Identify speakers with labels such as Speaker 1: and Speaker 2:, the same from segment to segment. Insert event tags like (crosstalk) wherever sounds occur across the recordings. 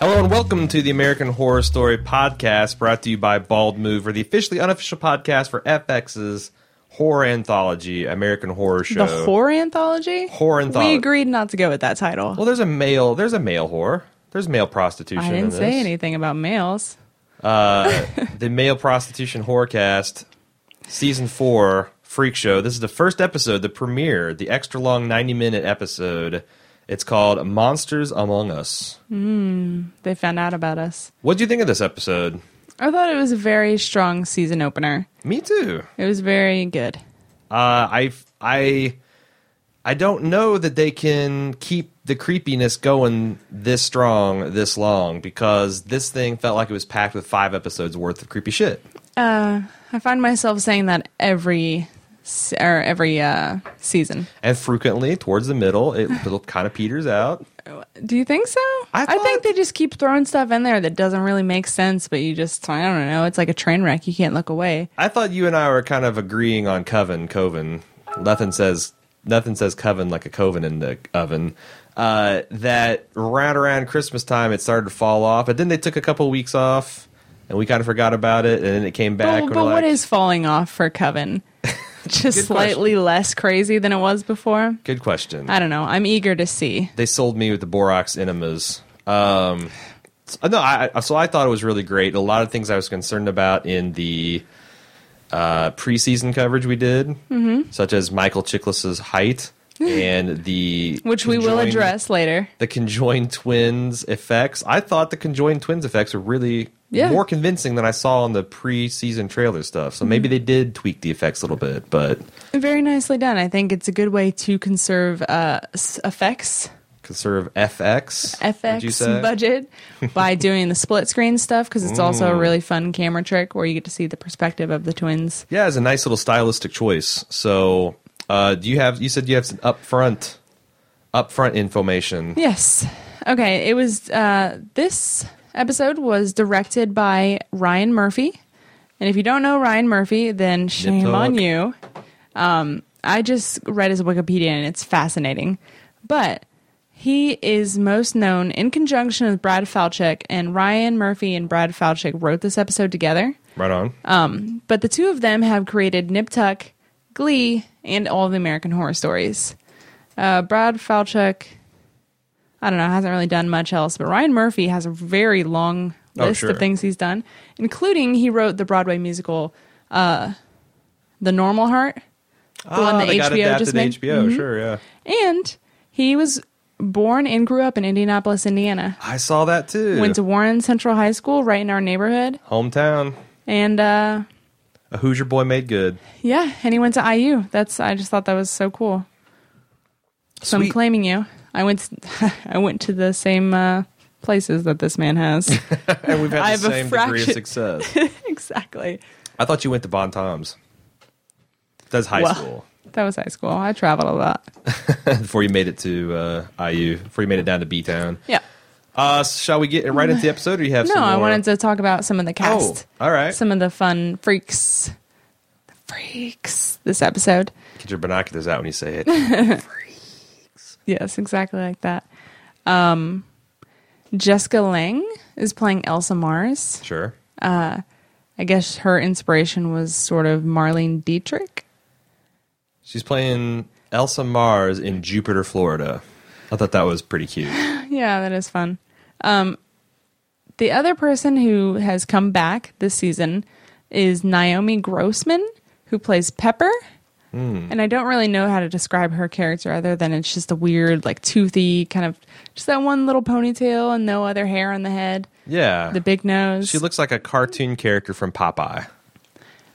Speaker 1: Hello and welcome to the American Horror Story podcast, brought to you by Bald Mover, the officially unofficial podcast for FX's horror anthology, American Horror Show.
Speaker 2: The horror anthology?
Speaker 1: Horror anthology.
Speaker 2: We agreed not to go with that title.
Speaker 1: Well, there's a male. There's a male horror. There's male prostitution.
Speaker 2: I
Speaker 1: in
Speaker 2: didn't
Speaker 1: this.
Speaker 2: say anything about males.
Speaker 1: The male prostitution horrorcast, season four, freak show. This is the first episode, the premiere, the extra long ninety minute episode. It's called Monsters Among Us.
Speaker 2: They found out about us.
Speaker 1: What do you think of this episode?
Speaker 2: I thought it was a very strong season opener.
Speaker 1: Me too.
Speaker 2: It was very good.
Speaker 1: Uh, I I I don't know that they can keep the creepiness going this strong this long because this thing felt like it was packed with five episodes worth of creepy shit.
Speaker 2: I find myself saying that every se- or every uh, season.
Speaker 1: And frequently towards the middle,
Speaker 2: (laughs)
Speaker 1: it kind of peters out.
Speaker 2: Do you think so?
Speaker 1: I
Speaker 2: think
Speaker 1: thought-
Speaker 2: they just keep throwing stuff in there that doesn't really make sense, but you just I don't know. It's like a train wreck. You can't look away.
Speaker 1: I thought you and I were kind of agreeing on coven, coven. Nothing says nothing says coven like a coven in the oven. Uh, that right around Christmas time, it started to fall off, but then they took a couple weeks off, and we kind of forgot about it, and then it came back.
Speaker 2: But,
Speaker 1: and
Speaker 2: Oh, but
Speaker 1: we're
Speaker 2: what
Speaker 1: like-
Speaker 2: is falling off
Speaker 1: (laughs)
Speaker 2: for Coven?
Speaker 1: Good
Speaker 2: just slightly less crazy than it was before.
Speaker 1: Good question.
Speaker 2: I don't know. I'm eager to see.
Speaker 1: they sold me with the borax enemas. Um, so- no, I, I- so I thought it was really great. A lot of things I was concerned about in the uh, preseason coverage we did,
Speaker 2: Mm-hmm.
Speaker 1: such as Michael Chiklis's
Speaker 2: (gasps)
Speaker 1: height and the
Speaker 2: which we will
Speaker 1: conjoined-
Speaker 2: address later.
Speaker 1: the conjoined twins effects. I thought the conjoined twins effects were really
Speaker 2: Yeah.
Speaker 1: more convincing than I saw on the preseason trailer stuff. So
Speaker 2: Mm-hmm.
Speaker 1: maybe they did tweak the effects a little bit, but
Speaker 2: Very nicely done. I think it's a good way to conserve uh, s- effects,
Speaker 1: conserve FX, would you say? (laughs)
Speaker 2: FX budget by doing the split screen stuff because it's also a really fun camera trick where you get to see the perspective of the twins.
Speaker 1: Yeah, it's a nice little stylistic choice. So, uh, do you have? You said you have some upfront, upfront information.
Speaker 2: Yes. Okay. It was uh, this episode was directed by Ryan Murphy, and if you don't know Ryan Murphy, then shame
Speaker 1: Nip
Speaker 2: on
Speaker 1: tuck.
Speaker 2: you. Um, I just read his Wikipedia, and it's fascinating. But he is most known in conjunction with Brad Falchuk, and Ryan Murphy and Brad Falchuk wrote this episode together.
Speaker 1: Right on.
Speaker 2: Uh, But the two of them have created Nip Tuck, Glee, and all of the American Horror Stories. Uh, Brad Falchuk, I don't know, hasn't really done much else, but Ryan Murphy has a very long
Speaker 1: Oh,
Speaker 2: list
Speaker 1: sure.
Speaker 2: of things he's done, including he wrote the Broadway musical, uh, The Normal Heart, the one
Speaker 1: Ah,
Speaker 2: that
Speaker 1: they got
Speaker 2: HBO
Speaker 1: adapted
Speaker 2: just made. Mm-hmm.
Speaker 1: to HBO. Sure, yeah.
Speaker 2: And he was born and grew up in Indianapolis, Indiana.
Speaker 1: I saw that too.
Speaker 2: Went to Warren Central High School right in our neighborhood.
Speaker 1: hometown.
Speaker 2: And, uh,
Speaker 1: A Hoosier boy made good.
Speaker 2: Yeah, and he went to IU. That's I just thought that was so cool. So I'm
Speaker 1: Sweet.
Speaker 2: claiming you. I went. To, (laughs) I went to the same uh, places that this man has.
Speaker 1: (laughs) And we've had
Speaker 2: I
Speaker 1: the
Speaker 2: have a
Speaker 1: same degree of
Speaker 2: fraction-
Speaker 1: success.
Speaker 2: exactly.
Speaker 1: I thought you went to Bon Tom's. That's high
Speaker 2: Well.
Speaker 1: school. (laughs)
Speaker 2: That was high school. I traveled a lot.
Speaker 1: Before you made it to uh, IU, before you made it down to B Town.
Speaker 2: Yeah.
Speaker 1: Uh, shall we get right into the episode, or you have
Speaker 2: No,
Speaker 1: some
Speaker 2: I
Speaker 1: more?
Speaker 2: wanted to talk about some of the cast.
Speaker 1: Oh, all right.
Speaker 2: Some of the fun freaks. The freaks. This episode.
Speaker 1: Get your binoculars out when you say
Speaker 2: (laughs)
Speaker 1: it.
Speaker 2: Yes, exactly like that. Um, Jessica Lang is playing Elsa Mars.
Speaker 1: sure.
Speaker 2: I guess her inspiration was sort of Marlene Dietrich.
Speaker 1: She's playing Elsa Mars in Jupiter, Florida. I thought that was pretty cute.
Speaker 2: Yeah, that is fun. Um, the other person who has come back this season is Naomi Grossman, who plays Pepper. And I don't really know how to describe her character other than it's just a weird, like toothy kind of just that one little ponytail and no other hair on the head,
Speaker 1: Yeah.
Speaker 2: the big nose.
Speaker 1: she looks like a cartoon character from Popeye.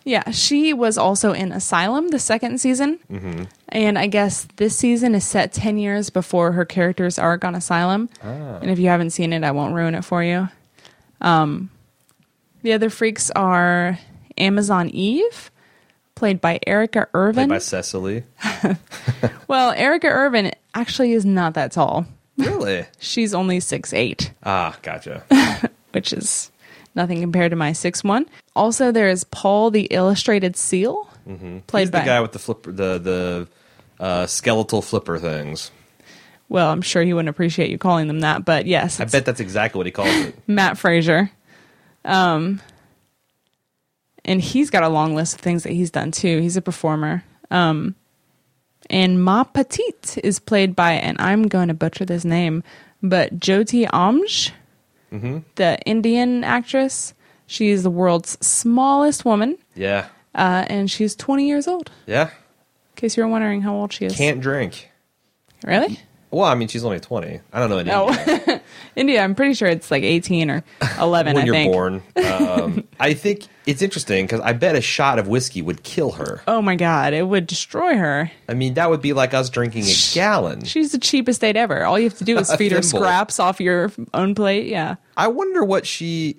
Speaker 2: Yeah, she was also in Asylum, the second season.
Speaker 1: Mm-hmm.
Speaker 2: And I guess this season is set 10 years before her character's arc on Asylum.
Speaker 1: Ah.
Speaker 2: And if you haven't seen it, I won't ruin it for you. Um, the other freaks are Amazon Eve, played by Erica
Speaker 1: Played
Speaker 2: Irvin.
Speaker 1: by Cecily.
Speaker 2: well, Erica Irvin actually is not that tall. (laughs)
Speaker 1: Really?
Speaker 2: She's only six eight.
Speaker 1: Ah, gotcha.
Speaker 2: which is nothing compared to my six one. Also, there is Paul the Illustrated Seal, played
Speaker 1: Mm-hmm. He's
Speaker 2: by
Speaker 1: the guy with the flipper, the the uh, skeletal flipper things.
Speaker 2: Well, I'm sure he wouldn't appreciate you calling them that, but yes,
Speaker 1: I
Speaker 2: it's
Speaker 1: bet that's exactly what he calls it.
Speaker 2: Matt Frazier. Um, and he's got a long list of things that he's done too. He's a performer. Um, and Ma Petite is played by, and I'm going to butcher this name, but Jyoti Amj,
Speaker 1: Mm-hmm.
Speaker 2: the Indian actress. She is the world's smallest woman,
Speaker 1: Yeah.
Speaker 2: uh, and she's 20 years old.
Speaker 1: Yeah.
Speaker 2: In case you were wondering how old she is.
Speaker 1: Can't drink.
Speaker 2: really?
Speaker 1: Well, I mean, she's only 20. I don't know any.
Speaker 2: Oh, (laughs) India. I'm pretty sure it's like 18 or 11.
Speaker 1: when
Speaker 2: I
Speaker 1: you're
Speaker 2: think.
Speaker 1: born.
Speaker 2: (laughs)
Speaker 1: Um, I think it's interesting because I bet a shot of whiskey would kill her.
Speaker 2: Oh my God, it would destroy her.
Speaker 1: I mean, that would be like us drinking a gallon.
Speaker 2: She's the cheapest date ever. All you have to do
Speaker 1: (laughs)
Speaker 2: is
Speaker 1: A
Speaker 2: feed her
Speaker 1: thimble.
Speaker 2: scraps off your own plate. Yeah.
Speaker 1: I wonder what she,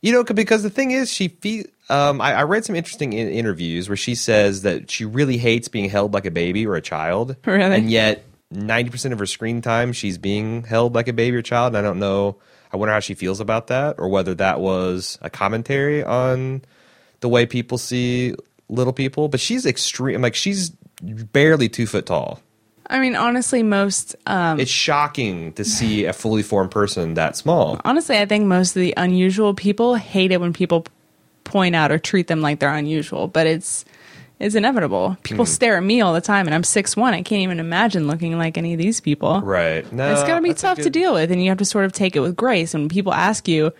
Speaker 1: you know, c- because the thing is, she fe- um, I, I read some interesting in- interviews where she says that she really hates being held like a baby or a child,
Speaker 2: Really?
Speaker 1: and yet ninety percent of her screen time she's being held like a baby or child. And I don't know. I wonder how she feels about that, or whether that was a commentary on the way people see little people. But she's extreme. Like she's barely two foot tall.
Speaker 2: I mean, honestly, most, um,
Speaker 1: It's shocking to see a fully formed person that small.
Speaker 2: honestly, I think most of the unusual people hate it when people point out or treat them like they're unusual, but it's, it's inevitable. People
Speaker 1: Hmm.
Speaker 2: stare at me all the time, and I'm 6'1. I can't even imagine looking like any of these people.
Speaker 1: Right. No,
Speaker 2: it's got to be
Speaker 1: Uh, that's a
Speaker 2: tough to
Speaker 1: good-
Speaker 2: deal with, and you have to sort of take it with grace. And when people ask you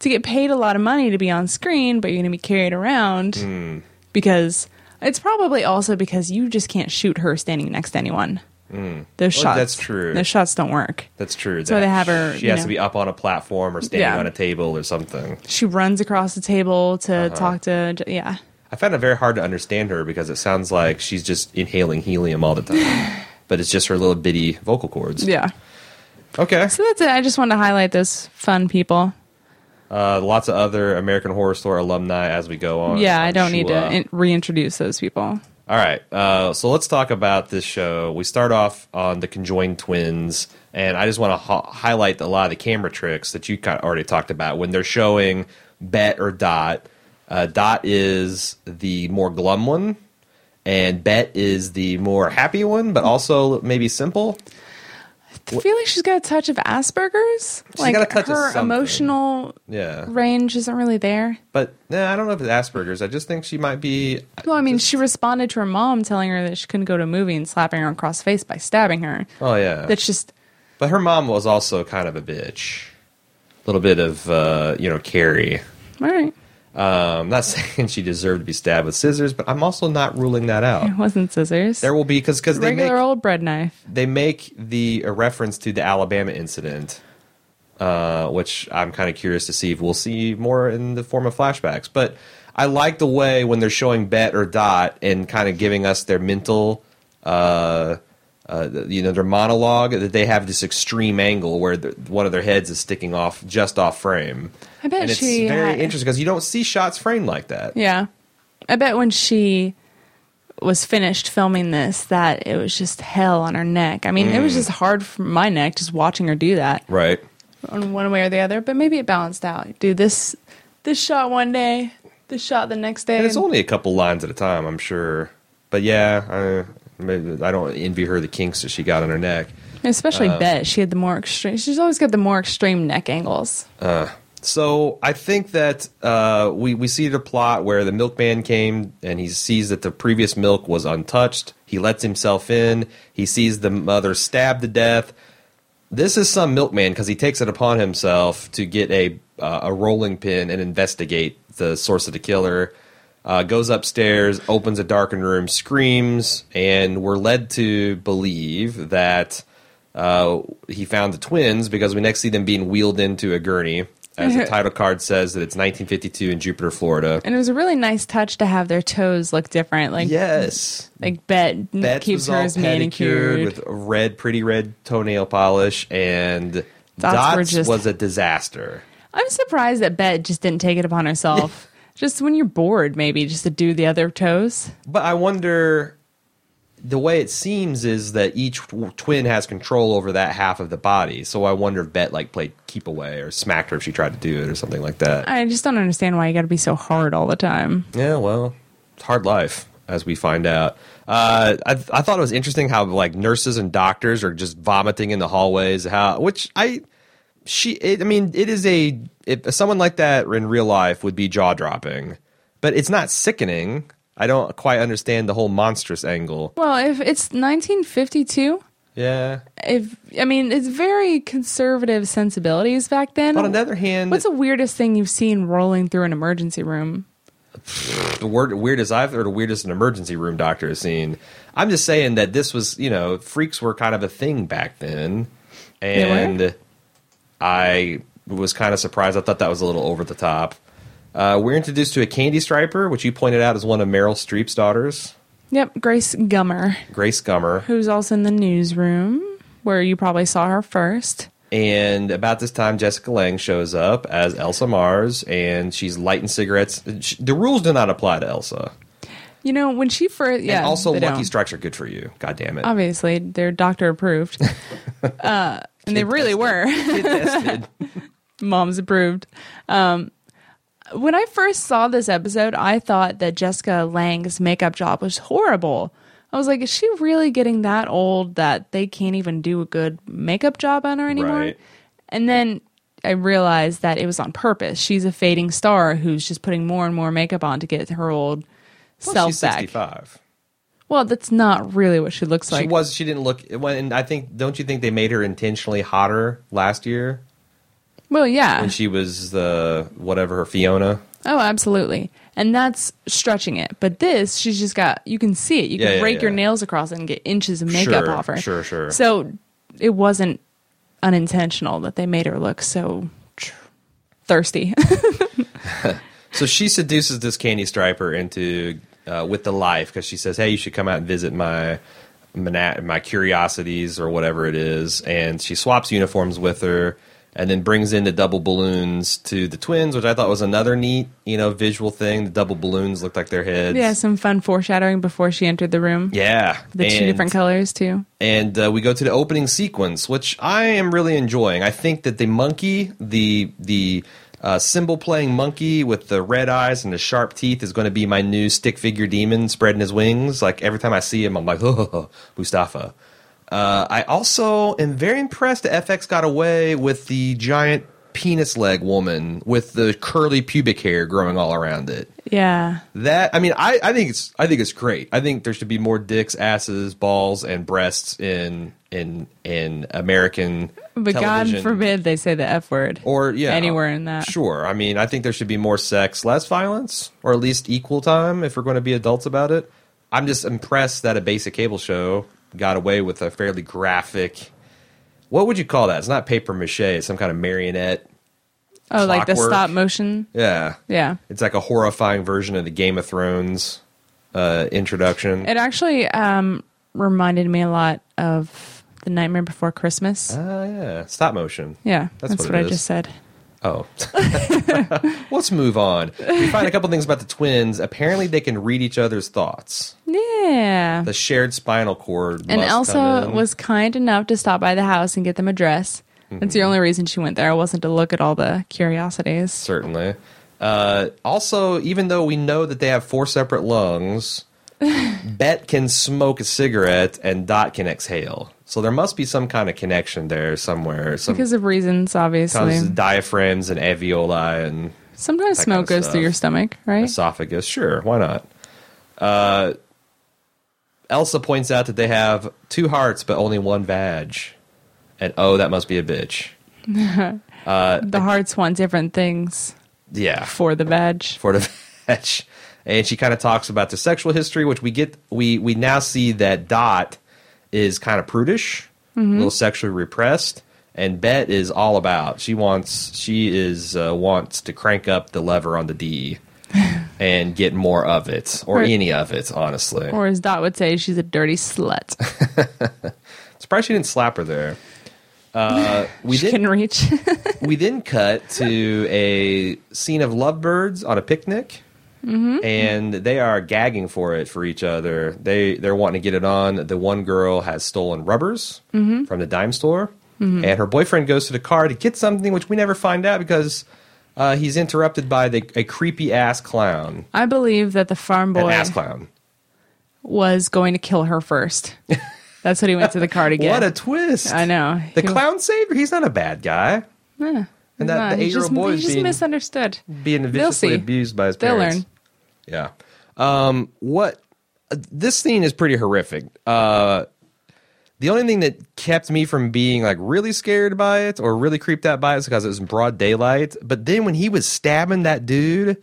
Speaker 2: to get paid a lot of money to be on screen, but you're going to be carried around
Speaker 1: Hmm.
Speaker 2: because it's probably also because you just can't shoot her standing next to anyone. Those
Speaker 1: Hmm. Well,
Speaker 2: shots,
Speaker 1: that's true.
Speaker 2: Those shots don't work.
Speaker 1: That's true.
Speaker 2: So
Speaker 1: that
Speaker 2: they have her,
Speaker 1: She
Speaker 2: you
Speaker 1: has
Speaker 2: know-
Speaker 1: to be up on a platform or standing
Speaker 2: Yeah.
Speaker 1: on a table or something.
Speaker 2: She runs across the table to
Speaker 1: Uh-huh.
Speaker 2: talk to. Yeah,
Speaker 1: I found it very hard to understand her because it sounds like she's just inhaling helium all the
Speaker 2: (sighs)
Speaker 1: time, but it's just her little bitty vocal cords.
Speaker 2: yeah.
Speaker 1: Okay.
Speaker 2: So that's it. I just wanted to highlight those fun people.
Speaker 1: Uh, lots of other American Horror Store alumni as we go on.
Speaker 2: yeah, I
Speaker 1: I'm
Speaker 2: don't need
Speaker 1: sure.
Speaker 2: to in- reintroduce those people.
Speaker 1: All right. Uh, so let's talk about this show. We start off on the conjoined twins, and I just want to ha- highlight a lot of the camera tricks that you kind of already talked about when they're showing Bet or Dot. Uh, Dot is the more glum one, and Bet is the more happy one, but also maybe simple.
Speaker 2: I feel like she's got a touch of Asperger's. like
Speaker 1: got a touch of
Speaker 2: her
Speaker 1: something.
Speaker 2: emotional
Speaker 1: Yeah.
Speaker 2: range isn't really there.
Speaker 1: But nah, I don't know if it's Asperger's. I just think she might be.
Speaker 2: Well, I mean, she responded to her mom telling her that she couldn't go to a movie and slapping her across the face by stabbing her.
Speaker 1: Oh, yeah.
Speaker 2: That's just
Speaker 1: But her mom was also kind of a bitch. A little bit of, uh, you know, Carrie.
Speaker 2: all right.
Speaker 1: I'm not (laughs) saying she deserved to be stabbed with scissors, but I'm also not ruling that out.
Speaker 2: It wasn't scissors.
Speaker 1: There will be because because they
Speaker 2: regular
Speaker 1: make
Speaker 2: old bread knife.
Speaker 1: they make the a reference to the Alabama incident, uh, which I'm kind of curious to see if we'll see more in the form of flashbacks. But I like the way when they're showing Bet or Dot and kind of giving us their mental, uh, uh, you know, their monologue that they have this extreme angle where the, one of their heads is sticking off just off frame.
Speaker 2: I bet
Speaker 1: and it's
Speaker 2: she
Speaker 1: very
Speaker 2: had-
Speaker 1: interesting because you don't see shots framed like that.
Speaker 2: Yeah, I bet when she was finished filming this, that it was just hell on her neck. I mean, it was
Speaker 1: Mm.
Speaker 2: just hard for my neck just watching her do that
Speaker 1: Right.
Speaker 2: on one way or the other. But maybe it balanced out. Do this this shot one day, this shot the next day.
Speaker 1: And it's only a couple lines at a time, I'm sure. But yeah, I, maybe, I don't envy her the kinks that she got on her neck.
Speaker 2: Especially
Speaker 1: Um,
Speaker 2: Bet, she had the more extreme. She's always got the more extreme neck angles.
Speaker 1: So I think that uh, we we see the plot where the milkman came and he sees that the previous milk was untouched. He lets himself in. He sees the mother stabbed to death. This is some milkman because he takes it upon himself to get a uh, a rolling pin and investigate the source of the killer. Uh, goes upstairs, opens a darkened room, screams, and we're led to believe that uh, he found the twins because we next see them being wheeled into a gurney. As
Speaker 2: (laughs)
Speaker 1: the title card says that it's 1952 in Jupiter, Florida.
Speaker 2: And it was a really nice touch to have their toes look different. Like
Speaker 1: Yes,
Speaker 2: like Bet n-
Speaker 1: that was
Speaker 2: keeps
Speaker 1: all
Speaker 2: hers
Speaker 1: pedicured
Speaker 2: manicured.
Speaker 1: with red, pretty red toenail polish, and
Speaker 2: Dots were
Speaker 1: Dots
Speaker 2: just-
Speaker 1: was a disaster.
Speaker 2: I'm surprised that Bet just didn't take it upon herself. just when you're bored, maybe just to do the other toes.
Speaker 1: But I wonder the way it seems is that each w- twin has control over that half of the body. So I wonder if Bet like played keep away or smacked her if she tried to do it or something like that.
Speaker 2: I just don't understand why you got to be so hard all the time.
Speaker 1: yeah, well, it's hard life. as we find out. Uh, I, I thought it was interesting how like nurses and doctors are just vomiting in the hallways. How which I she it, I mean it is a if someone like that in real life would be jaw dropping, but it's not sickening. I don't quite understand the whole monstrous angle.
Speaker 2: Well, if it's 1952,
Speaker 1: Yeah.
Speaker 2: if I mean, it's very conservative sensibilities back then.
Speaker 1: But on the other hand,
Speaker 2: What's the weirdest thing you've seen rolling through an emergency room?
Speaker 1: the word, weirdest I've or the weirdest an emergency room doctor has seen. I'm just saying that this was, you know, freaks were kind of a thing back then,
Speaker 2: were?
Speaker 1: and I was kind of surprised. I thought that was a little over the top. Uh, we're introduced to a candy striper, which you pointed out is one of Meryl Streep's daughters,
Speaker 2: Yep, Grace Gummer,
Speaker 1: Grace Gummer.
Speaker 2: who's also in the newsroom where you probably saw her first.
Speaker 1: And about this time, Jessica Lang shows up as Elsa Mars, and she's lighting cigarettes. Sh- The rules do not apply to Elsa.
Speaker 2: You know, when she first, yeah,
Speaker 1: and also,
Speaker 2: they
Speaker 1: lucky
Speaker 2: don't.
Speaker 1: strikes are good for you. God damn it.
Speaker 2: Obviously, they're
Speaker 1: (laughs)
Speaker 2: doctor approved, uh, and they really were.
Speaker 1: Get tested.
Speaker 2: (laughs) mom's approved. Um, when I first saw this episode, I thought that Jessica Lang's makeup job was horrible. I was like, is she really getting that old that they can't even do a good makeup job on her anymore?
Speaker 1: Right.
Speaker 2: And then I realized that it was on purpose. She's a fading star who's just putting more and more makeup on to get her old
Speaker 1: Well,
Speaker 2: self
Speaker 1: she's
Speaker 2: back.
Speaker 1: 65.
Speaker 2: Well, that's not really what she looks like.
Speaker 1: she was. She didn't look. When and I think, don't you think they made her intentionally hotter last year
Speaker 2: well, yeah.
Speaker 1: when she was the whatever her Fiona?
Speaker 2: Oh, absolutely. And that's stretching it. But this, she's just got, you can see it. You
Speaker 1: Yeah,
Speaker 2: can
Speaker 1: yeah,
Speaker 2: rake your
Speaker 1: yeah.
Speaker 2: nails across it and get inches of makeup
Speaker 1: Sure,
Speaker 2: off her.
Speaker 1: sure, sure.
Speaker 2: So it wasn't unintentional that they made her look so tr- thirsty. (laughs)
Speaker 1: So she seduces this candy striper into uh, with the life because she says, "Hey, you should come out and visit my mana- my curiosities or whatever it is." And she swaps uniforms with her, and then brings in the double balloons to the twins, which I thought was another neat, you know, visual thing. The double balloons looked like their heads.
Speaker 2: yeah, some fun foreshadowing before she entered the room.
Speaker 1: Yeah,
Speaker 2: The two
Speaker 1: And-
Speaker 2: different colors, too.
Speaker 1: and uh, we go to the opening sequence, which I am really enjoying. I think that the monkey, the the uh, cymbal playing monkey with the red eyes and the sharp teeth, is going to be my new stick figure demon spreading his wings. Like every time I see him, I'm like, (laughs) oh, Mustafa. Uh, I also am very impressed that FX got away with the giant penis leg woman with the curly pubic hair growing all around it.
Speaker 2: Yeah.
Speaker 1: That I mean, I, I think it's I think it's great. I think there should be more dicks, asses, balls, and breasts in in in American.
Speaker 2: But
Speaker 1: television.
Speaker 2: God forbid they say the F word.
Speaker 1: or yeah,
Speaker 2: Anywhere in that.
Speaker 1: Sure, I mean, I think there should be more sex, less violence, or at least equal time if we're going to be adults about it. I'm just impressed that a basic cable show got away with a fairly graphic. What would you call that? It's not paper mache. It's some kind of marionette.
Speaker 2: Oh, like the
Speaker 1: Clockwork.
Speaker 2: stop motion?
Speaker 1: Yeah,
Speaker 2: Yeah.
Speaker 1: it's like a horrifying version of the Game of Thrones uh, introduction.
Speaker 2: It actually um, reminded me a lot of The Nightmare Before Christmas.
Speaker 1: Ah, yeah, stop motion.
Speaker 2: Yeah,
Speaker 1: That's
Speaker 2: that's,
Speaker 1: what
Speaker 2: what,
Speaker 1: it
Speaker 2: I
Speaker 1: is.
Speaker 2: just said.
Speaker 1: Oh, (laughs) let's move on. We find a couple things about the twins. Apparently, they can read each other's thoughts.
Speaker 2: Yeah.
Speaker 1: The shared spinal cord.
Speaker 2: and
Speaker 1: must
Speaker 2: Elsa
Speaker 1: come in.
Speaker 2: was kind enough to stop by the house and get them a dress. That's
Speaker 1: Mm-hmm.
Speaker 2: the only reason she went there. It wasn't to look at all the curiosities.
Speaker 1: certainly. Uh, also, even though we know that they have four separate
Speaker 2: (laughs)
Speaker 1: lungs, Bet can smoke a cigarette and Dot can exhale. So there must be some kind of connection there somewhere. Some
Speaker 2: Because of reasons, obviously.
Speaker 1: comes diaphragms and alveoli and
Speaker 2: Sometimes
Speaker 1: that kind
Speaker 2: smoke
Speaker 1: of
Speaker 2: goes
Speaker 1: stuff.
Speaker 2: through your stomach, right?
Speaker 1: esophagus. Sure, why not? Uh, Elsa points out that they have two hearts but only one vag, and oh, that must be a bitch.
Speaker 2: the hearts want different things
Speaker 1: Yeah,
Speaker 2: for the veg.
Speaker 1: for the (laughs) vag. And she kind of talks about their sexual history, which we get we we now see that Dot is kind of prudish,
Speaker 2: Mm-hmm.
Speaker 1: a little sexually repressed, and Bet is all about. She wants she is uh, wants to crank up the lever on the
Speaker 2: (laughs)
Speaker 1: D. And get more of it, or
Speaker 2: Or-
Speaker 1: any of it, honestly.
Speaker 2: Or as Dot would say, she's a dirty slut.
Speaker 1: Surprised she didn't slap her there. Uh, (laughs) we
Speaker 2: She can
Speaker 1: did.
Speaker 2: reach. (laughs)
Speaker 1: We then cut to a scene of lovebirds on a picnic,
Speaker 2: Mm-hmm.
Speaker 1: and they are gagging for it for each other. They they're wanting to get it on. The one girl has stolen rubbers
Speaker 2: Mm-hmm.
Speaker 1: from the dime store, and her boyfriend goes to the car to get something, which we never find out because uh, he's interrupted by the, a creepy ass clown,
Speaker 2: I believe that the farm boy.
Speaker 1: an ass clown.
Speaker 2: was going to kill
Speaker 1: (laughs)
Speaker 2: her first. That's what he went to the car to get.
Speaker 1: What a twist!
Speaker 2: I know.
Speaker 1: The
Speaker 2: He-
Speaker 1: clown saved her. He's not a bad guy.
Speaker 2: Yeah.
Speaker 1: And that-
Speaker 2: Nah,
Speaker 1: the
Speaker 2: he's just-
Speaker 1: eight-year-old boy
Speaker 2: he's
Speaker 1: is
Speaker 2: just
Speaker 1: being-
Speaker 2: misunderstood.
Speaker 1: being
Speaker 2: They'll
Speaker 1: viciously
Speaker 2: see.
Speaker 1: abused by his
Speaker 2: They'll
Speaker 1: parents.
Speaker 2: learn.
Speaker 1: Yeah. Um, what uh, this scene is pretty horrific. Uh, the only thing that kept me from being like really scared by it or really creeped out by it is because it was in broad daylight. But then when he was stabbing that dude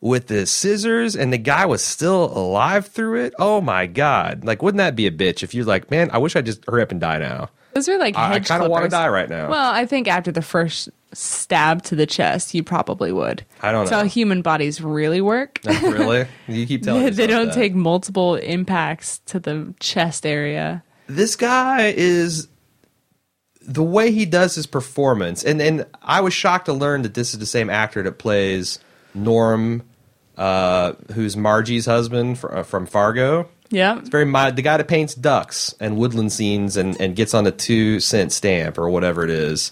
Speaker 1: with the scissors and the guy was still alive through it, oh my god! Like, wouldn't that be a bitch if you're like, man, I wish I just hurry up and die now.
Speaker 2: Those are like
Speaker 1: I- I
Speaker 2: hedge
Speaker 1: kinda wanna
Speaker 2: want
Speaker 1: die right now.
Speaker 2: Well, I think after the first stab to the chest, you probably would.
Speaker 1: I don't
Speaker 2: It's
Speaker 1: know.
Speaker 2: how human bodies really work. (laughs)
Speaker 1: Like, (laughs) really? You keep telling
Speaker 2: they
Speaker 1: me
Speaker 2: they don't take multiple impacts to the chest area.
Speaker 1: this guy is the way he does his performance and and I was shocked to learn that this is the same actor that plays Norm uh who's Margie's husband fr- uh, from Fargo.
Speaker 2: Yeah.
Speaker 1: It's very mod- the guy that paints ducks and woodland scenes and and gets on the 2 cent stamp or whatever it is.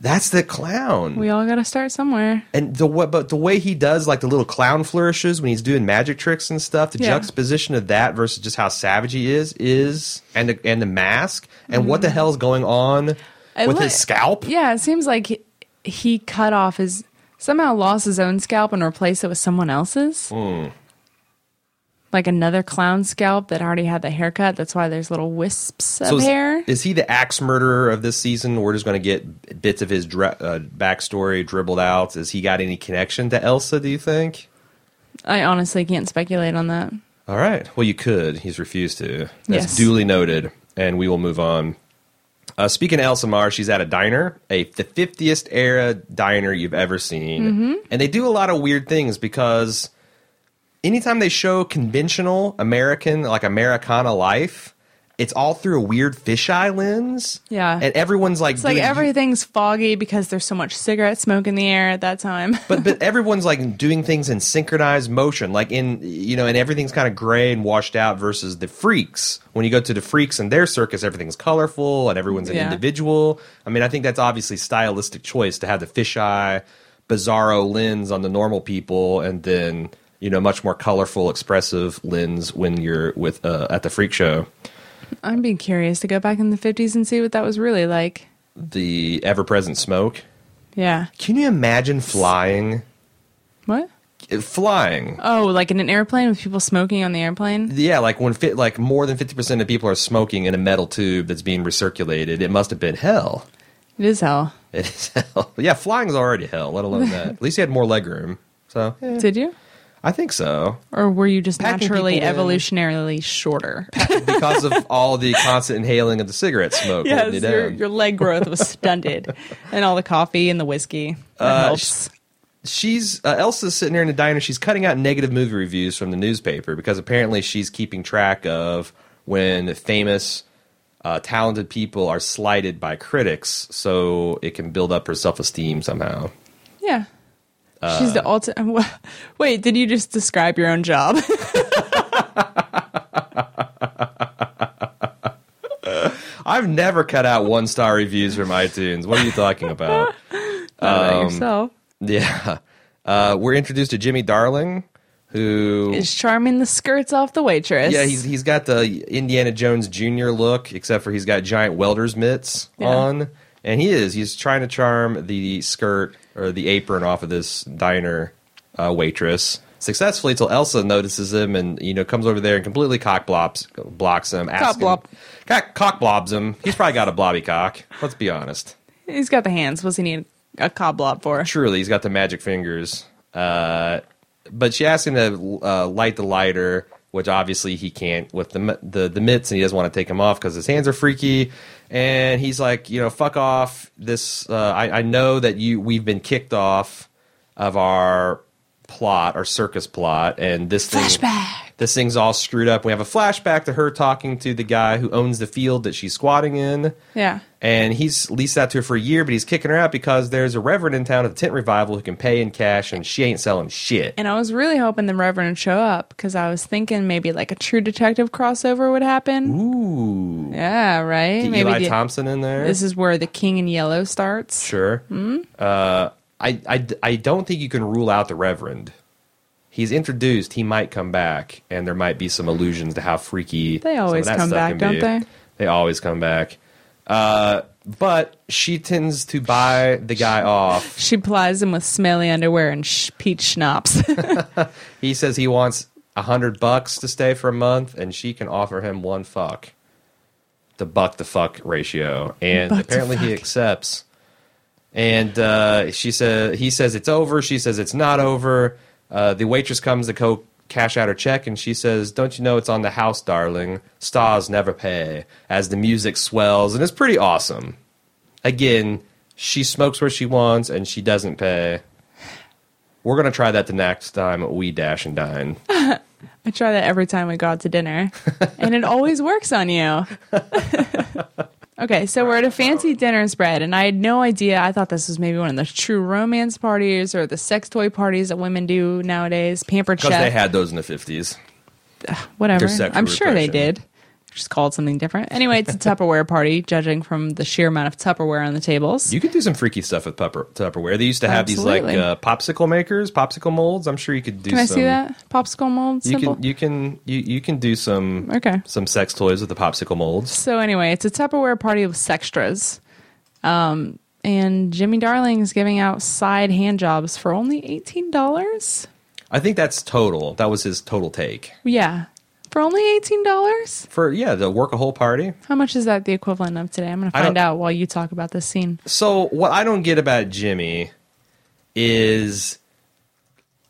Speaker 1: That's the clown.
Speaker 2: We all got to start somewhere.
Speaker 1: And the what, but the way he does like the little clown flourishes when he's doing magic tricks and stuff, the
Speaker 2: Yeah.
Speaker 1: juxtaposition of that versus just how savage he is is, and the, and the mask, and what the hell's going on
Speaker 2: Mm-hmm. I
Speaker 1: with
Speaker 2: li-
Speaker 1: his scalp?
Speaker 2: Yeah, it seems like he, he cut off his somehow lost his own scalp and replaced it with someone else's.
Speaker 1: Hmm.
Speaker 2: Like another clown scalp that already had the haircut. That's why there's little wisps of
Speaker 1: is,
Speaker 2: hair.
Speaker 1: is he the axe murderer of this season? We're just going to get bits of his dra- uh, backstory dribbled out. Has he got any connection to Elsa? Do you think?
Speaker 2: I honestly can't speculate on that.
Speaker 1: All right. Well, you could. He's refused to. That's
Speaker 2: Yes.
Speaker 1: duly noted, and we will move on. Uh, speaking of Elsa Mar, she's at a diner, a the fiftieth era diner you've ever seen,
Speaker 2: Mm-hmm.
Speaker 1: and they do a lot of weird things because anytime they show conventional American, like Americana life, it's all through a weird fisheye lens.
Speaker 2: Yeah.
Speaker 1: and everyone's like,
Speaker 2: It's like
Speaker 1: doing-
Speaker 2: everything's foggy because there's so much cigarette smoke in the air at that time. (laughs)
Speaker 1: but but everyone's like doing things in synchronized motion, like in you know, and everything's kind of gray and washed out. Versus the freaks, when you go to the freaks and their circus, everything's colorful and everyone's an
Speaker 2: Yeah.
Speaker 1: individual. I mean, I think that's obviously stylistic choice to have the fisheye, bizarro lens on the normal people, and then you know, much more colorful, expressive lens when you're with uh, at the freak show.
Speaker 2: I'd be curious to go back in the 50s and see what that was really like.
Speaker 1: The ever present smoke.
Speaker 2: Yeah.
Speaker 1: Can you imagine flying?
Speaker 2: What?
Speaker 1: Flying.
Speaker 2: Oh, like in an airplane with people smoking on the airplane?
Speaker 1: Yeah, like when fit, like more than fifty percent of people are smoking in a metal tube that's being recirculated. It must have been hell.
Speaker 2: It is hell.
Speaker 1: It is hell. Yeah, flying's already hell. Let alone that. At least he had more legroom. So eh,
Speaker 2: Did you?
Speaker 1: I think so
Speaker 2: Or were you just
Speaker 1: Packing
Speaker 2: naturally
Speaker 1: people in.
Speaker 2: evolutionarily shorter?
Speaker 1: because of all the constant inhaling of the cigarette smoke. holding you
Speaker 2: your,
Speaker 1: down.
Speaker 2: your leg growth
Speaker 1: (laughs)
Speaker 2: was stunted. and all the coffee and the whiskey. That
Speaker 1: Uh,
Speaker 2: helps.
Speaker 1: she's uh, Elsa's sitting there in the diner. She's cutting out negative movie reviews from the newspaper because apparently she's keeping track of when famous, uh, talented people are slighted by critics, so it can build up her self esteem somehow.
Speaker 2: Yeah. She's the
Speaker 1: Uh,
Speaker 2: (laughs) ultimate. Wait, did you just describe your own job? (laughs)
Speaker 1: I've never cut out one star reviews from iTunes. What are you talking
Speaker 2: (laughs)
Speaker 1: about?
Speaker 2: Not
Speaker 1: Um,
Speaker 2: about yourself.
Speaker 1: yeah, uh, we're introduced to Jimmy Darling, who
Speaker 2: Is charming the skirts off the waitress.
Speaker 1: Yeah, he's he's got the Indiana Jones Junior look, except for he's got giant welder's mitts
Speaker 2: Yeah.
Speaker 1: on, and he is he's trying to charm the skirt or the apron off of this diner uh, waitress successfully till Elsa notices him and you know comes over there and completely cock blobs blocks him, asking,
Speaker 2: blob.
Speaker 1: cock, cock blobs him. He's probably got a blobby cock. Let's be honest.
Speaker 2: He's got the hands. What's he need a coblop for?
Speaker 1: Truly, he's got the magic fingers. Uh, but she asks him to uh, light the lighter, which obviously he can't with the mi- the, the mitts, and he doesn't want to take them off because his hands are freaky. And he's like, you know, fuck off. This uh, I, I know that you we've been kicked off of our plot, our circus plot, and this thing,
Speaker 2: Flashback.
Speaker 1: this thing's all screwed up. We have a flashback to her talking to the guy who owns the field that she's squatting in.
Speaker 2: Yeah.
Speaker 1: And he's leased out to her for a year, but he's kicking her out because there's a reverend in town at the tent revival who can pay in cash, and she ain't selling shit.
Speaker 2: And I was really hoping the Reverend would show up because I was thinking maybe like a true detective crossover would happen.
Speaker 1: Ooh,
Speaker 2: Yeah, right?
Speaker 1: the
Speaker 2: maybe
Speaker 1: Eli
Speaker 2: the-
Speaker 1: Thompson in there.
Speaker 2: this Hmm? is where the King in Yellow starts.
Speaker 1: sure. Uh, I, I, I don't think you can rule out the reverend. he's introduced, he might come back, and there might be some allusions to how freaky
Speaker 2: They
Speaker 1: some of
Speaker 2: always
Speaker 1: that
Speaker 2: come
Speaker 1: stuff
Speaker 2: back,
Speaker 1: can
Speaker 2: don't
Speaker 1: be.
Speaker 2: they?
Speaker 1: They always come back. Uh, but she tends to buy the guy off.
Speaker 2: She plies him with smelly underwear and sh- peach schnapps.
Speaker 1: He says he wants a hundred bucks to stay for a month, and she can offer him one fuck. The buck to fuck ratio, and
Speaker 2: Buck to
Speaker 1: apparently he accepts. And uh, she says he says it's over. She says it's not over. Uh, the waitress comes to co- cash out her check, and she says, "Don't you know it's on the house, darling? Stars never pay." As the music swells, and it's pretty awesome. Again, she smokes where she wants, and she doesn't pay. We're gonna try that the next time we dash and dine.
Speaker 2: I try that every time we go out
Speaker 1: (laughs)
Speaker 2: to dinner, and it always works on you. okay, so we're at a fancy dinner spread, and I had no idea. I thought this was maybe one of the true romance parties or the sex toy parties that women do nowadays. Pampered
Speaker 1: Because
Speaker 2: chef,
Speaker 1: they had those in the fifties.
Speaker 2: whatever.
Speaker 1: their sexual
Speaker 2: I'm sure they
Speaker 1: repression.
Speaker 2: did. Just called something different. Anyway, it's a Tupperware party, judging from the sheer amount of Tupperware on the tables.
Speaker 1: You could do some freaky stuff with pepper, Tupperware. They used to have these
Speaker 2: Absolutely.
Speaker 1: like uh, popsicle makers, popsicle molds. I'm sure you could do.
Speaker 2: Can I
Speaker 1: some,
Speaker 2: see that popsicle mold
Speaker 1: You
Speaker 2: symbol?
Speaker 1: can you can you, you can do some
Speaker 2: Okay.
Speaker 1: some sex toys with the popsicle molds.
Speaker 2: So anyway, it's a Tupperware party with sextras. Um, and Jimmy Darling's giving out side hand jobs for only eighteen dollars.
Speaker 1: I think that's total. That was his total take
Speaker 2: Yeah, for only eighteen dollars.
Speaker 1: for yeah the work a whole party.
Speaker 2: How much is that the equivalent of today? I'm gonna
Speaker 1: I
Speaker 2: find
Speaker 1: don't-
Speaker 2: out while you talk about this scene.
Speaker 1: So what I don't get about Jimmy is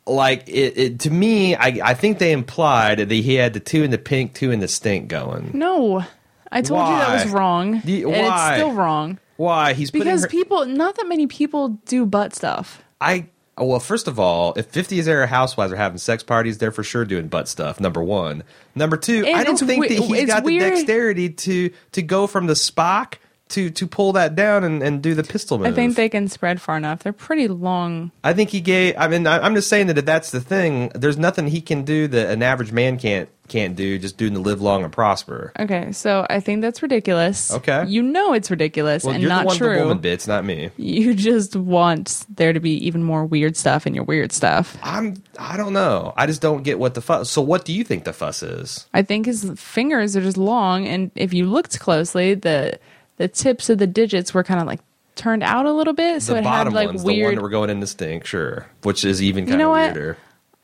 Speaker 1: like it, it to me. I I think they implied that he had the two in the pink, two in the stink going.
Speaker 2: No, I told you that was
Speaker 1: Why?
Speaker 2: wrong,
Speaker 1: The-
Speaker 2: and
Speaker 1: why?
Speaker 2: it's still wrong
Speaker 1: Why he's putting
Speaker 2: because
Speaker 1: her-
Speaker 2: people. Not that many people do butt stuff.
Speaker 1: I well, first of all, if 50s era housewives are having sex parties, they're for sure doing butt stuff. Number one. Number two,
Speaker 2: And
Speaker 1: I don't
Speaker 2: it's
Speaker 1: think
Speaker 2: we-
Speaker 1: that he's
Speaker 2: it's
Speaker 1: got the
Speaker 2: weird-
Speaker 1: dexterity to to go from the Spock to to pull that down and, and do the pistol move.
Speaker 2: I think they can spread far enough. They're pretty long.
Speaker 1: I think he gave. I mean, I, I'm just saying that if that's the thing, there's nothing he can do that an average man can't can't do. Just doing to live long and prosper.
Speaker 2: Okay, so I think that's ridiculous.
Speaker 1: Okay.
Speaker 2: you know it's ridiculous
Speaker 1: Well,
Speaker 2: and
Speaker 1: you're
Speaker 2: not
Speaker 1: the one with
Speaker 2: true.
Speaker 1: the woman bits, not me.
Speaker 2: you just want there to be even more weird stuff in your weird stuff.
Speaker 1: I'm. I don't know. I just don't get what the fuss. So, what do you think the fuss is?
Speaker 2: I think his fingers are just long, and if you looked closely, the the tips of the digits were kind of like turned out a little bit, so
Speaker 1: the
Speaker 2: it
Speaker 1: bottom
Speaker 2: had like
Speaker 1: one's the one
Speaker 2: weird.
Speaker 1: that we're going into stink, sure, which is even kind
Speaker 2: know
Speaker 1: of
Speaker 2: what?
Speaker 1: weirder.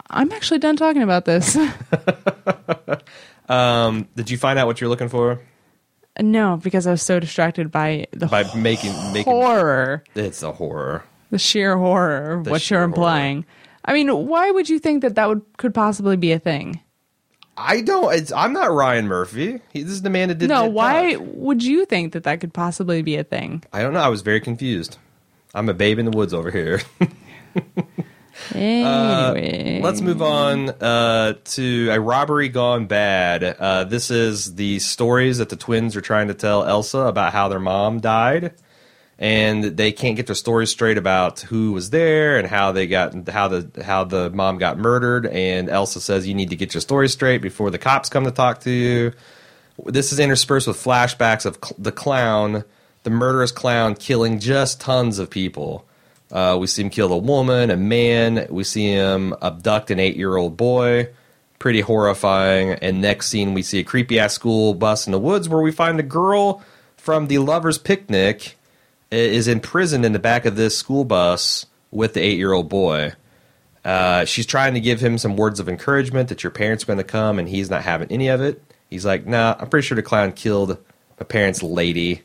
Speaker 2: I'm actually done talking about this. (laughs)
Speaker 1: Um, did you find out what you're looking for
Speaker 2: no, because I was so distracted by the
Speaker 1: by making making?
Speaker 2: horror,
Speaker 1: It's a horror.
Speaker 2: the sheer horror, of
Speaker 1: The
Speaker 2: what
Speaker 1: sheer
Speaker 2: you're implying. I mean, why would you think that that would could possibly be a thing?
Speaker 1: I don't. It's, I'm not Ryan Murphy. He, this is the man that did.
Speaker 2: No,
Speaker 1: Nip
Speaker 2: why
Speaker 1: Tuck.
Speaker 2: would you think that that could possibly be a thing?
Speaker 1: I don't know. I was very confused. I'm a babe in the woods over here. (laughs) Uh,
Speaker 2: Anyway,
Speaker 1: Let's move on uh, to a robbery gone bad. Uh, this is the stories that the twins are trying to tell Elsa about how their mom died, and they can't get their stories straight about who was there and how they got how the how the mom got murdered. And Elsa says, "You need to get your story straight before the cops come to talk to you." This is interspersed with flashbacks of cl- the clown, the murderous clown, killing just tons of people. Uh, we see him kill a woman, a man. We see him abduct an eight-year-old boy. Pretty horrifying. And next scene, we see a creepy ass school bus in the woods where we find a girl from the lovers' picnic i- is imprisoned in the back of this school bus with the eight-year-old boy. Uh, she's trying to give him some words of encouragement that your parents are going to come, and he's not having any of it. He's like, "Nah, I'm pretty sure the clown killed my parents' lady."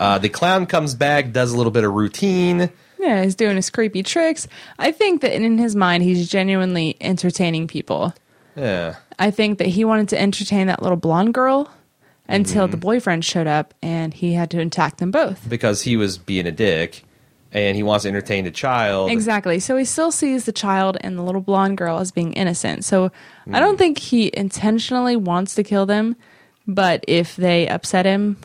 Speaker 1: uh, the clown comes back, does a little bit of routine.
Speaker 2: Yeah, he's doing his creepy tricks. I think that in his mind, he's genuinely entertaining people.
Speaker 1: Yeah.
Speaker 2: I think that he wanted to entertain that little blonde girl until the boyfriend showed up and he had to attack them both.
Speaker 1: because he was being a dick and he wants to entertain the child.
Speaker 2: Exactly. So he still sees the child and the little blonde girl as being innocent. So I don't think he intentionally wants to kill them, but if they upset him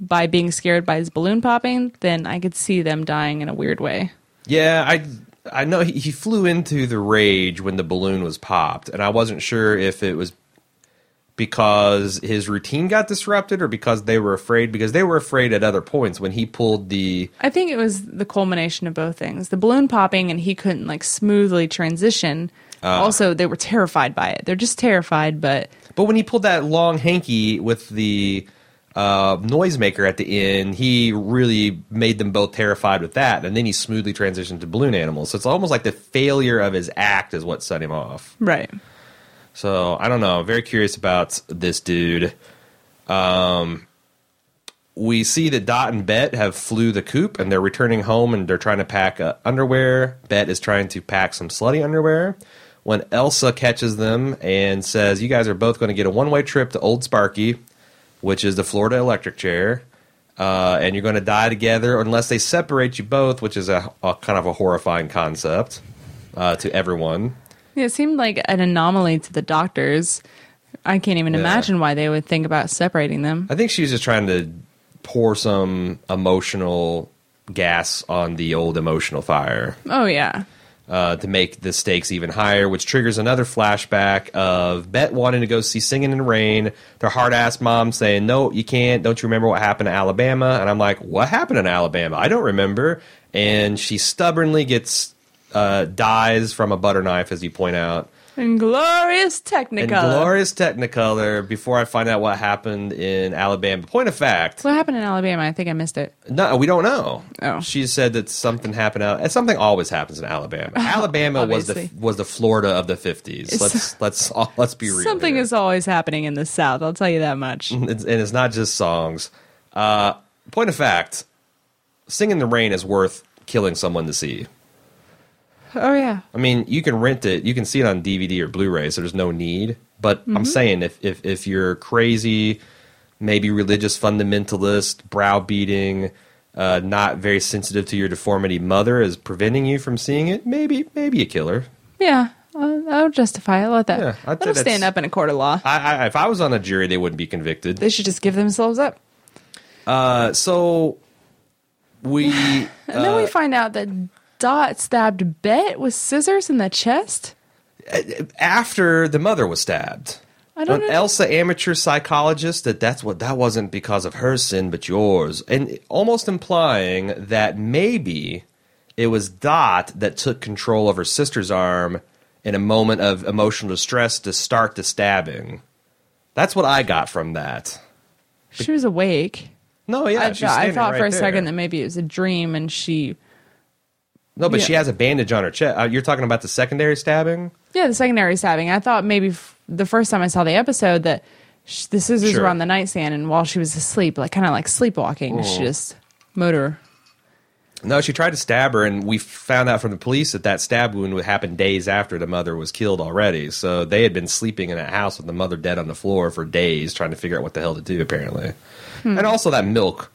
Speaker 2: by being scared by his balloon popping, then I could see them dying in a weird way.
Speaker 1: Yeah, I I know he, he flew into the rage when the balloon was popped and I wasn't sure if it was because his routine got disrupted or because they were afraid because they were afraid at other points when he pulled the
Speaker 2: I think it was the culmination of both things. The balloon popping and he couldn't like smoothly transition
Speaker 1: Ah.
Speaker 2: also, they were terrified by it. They're just terrified, but
Speaker 1: But when he pulled that long hanky with the uh, noisemaker at the end, he really made them both terrified with that. And then he smoothly transitioned to balloon animals. So it's almost like the failure of his act is what set him off.
Speaker 2: right.
Speaker 1: So I don't know. Very curious about this dude. Um, we see that Dot and Bet have flew the coop and they're returning home and they're trying to pack uh, underwear. Bet is trying to pack some slutty underwear when Elsa catches them and says, "You guys are both going to get a one-way trip to Old Sparky, which is the Florida electric chair." Uh, and you're going to die together unless they separate you both, which is a, a kind of a horrifying concept uh, to everyone.
Speaker 2: Yeah, It seemed like an anomaly to the doctors. I can't even
Speaker 1: Yeah.
Speaker 2: imagine why they would think about separating them.
Speaker 1: I think she was just trying to pour some emotional gas on the old emotional fire
Speaker 2: Oh yeah,
Speaker 1: uh, to make the stakes even higher, which triggers another flashback of Bet wanting to go see Singing in the Rain. Their hard ass mom saying, No, you can't. Don't you remember what happened to Alabama? And I'm like, What happened in Alabama? I don't remember. And she stubbornly gets uh, dies from a butter knife, as you point out.
Speaker 2: Inglorious
Speaker 1: And
Speaker 2: Technicolor.
Speaker 1: glorious Technicolor before I find out what happened in Alabama. Point of fact.
Speaker 2: what happened in Alabama? I think I missed it.
Speaker 1: No, we don't know.
Speaker 2: Oh.
Speaker 1: She said that something happened out. and Something always happens in
Speaker 2: (laughs)
Speaker 1: Alabama. Alabama was the
Speaker 2: obviously.
Speaker 1: was the Florida of the fifties.
Speaker 2: It's- (laughs)
Speaker 1: Let's let's all, let's be real.
Speaker 2: Something
Speaker 1: here. Mm.
Speaker 2: is always happening in the South. I'll tell you that much.
Speaker 1: It's- and it's not just songs. Uh, point of fact, "Singing in the Rain" is worth killing someone to see.
Speaker 2: Oh yeah,
Speaker 1: I mean, you can rent it. You can see it on DVD or Blu-ray, so there's no need. But I'm saying if, if if you're crazy, maybe religious fundamentalist, browbeating, uh, not very sensitive to your deformity mother is preventing you from seeing it, maybe maybe a killer.
Speaker 2: yeah. I'll, I'll justify. it. let that.
Speaker 1: Yeah, I'd
Speaker 2: let
Speaker 1: say
Speaker 2: them
Speaker 1: that's-
Speaker 2: stand up in a court of law.
Speaker 1: I, I, if I was on a jury, they wouldn't be convicted.
Speaker 2: they should just give themselves up.
Speaker 1: Uh, so we uh,
Speaker 2: And then we find out that Dot stabbed Bet with scissors in the chest.
Speaker 1: after the mother was stabbed.
Speaker 2: I don't
Speaker 1: An
Speaker 2: know.
Speaker 1: Elsa amateur psychologist that that's what that wasn't because of her sin but yours, and almost implying that maybe it was Dot that took control of her sister's arm in a moment of emotional distress to start the stabbing. That's what I got from that.
Speaker 2: She was awake.
Speaker 1: No, yeah,
Speaker 2: I,
Speaker 1: she's
Speaker 2: thought- I
Speaker 1: standing
Speaker 2: thought
Speaker 1: right
Speaker 2: for a
Speaker 1: there.
Speaker 2: second that maybe it was a dream, and she.
Speaker 1: no, but
Speaker 2: yeah.
Speaker 1: she has a bandage on her chest. Uh, you're talking about the secondary stabbing.
Speaker 2: Yeah, the secondary stabbing. I thought maybe f- the first time I saw the episode that sh- the scissors
Speaker 1: Sure.
Speaker 2: were on the nightstand, and while she was asleep, like kind of like sleepwalking, she just motor.
Speaker 1: No, she tried to stab her, and we found out from the police that that stab wound would happen days after the mother was killed already. So they had been sleeping in a house with the mother dead on the floor for days, trying to figure out what the hell to do. Apparently,
Speaker 2: Hmm.
Speaker 1: and also that milk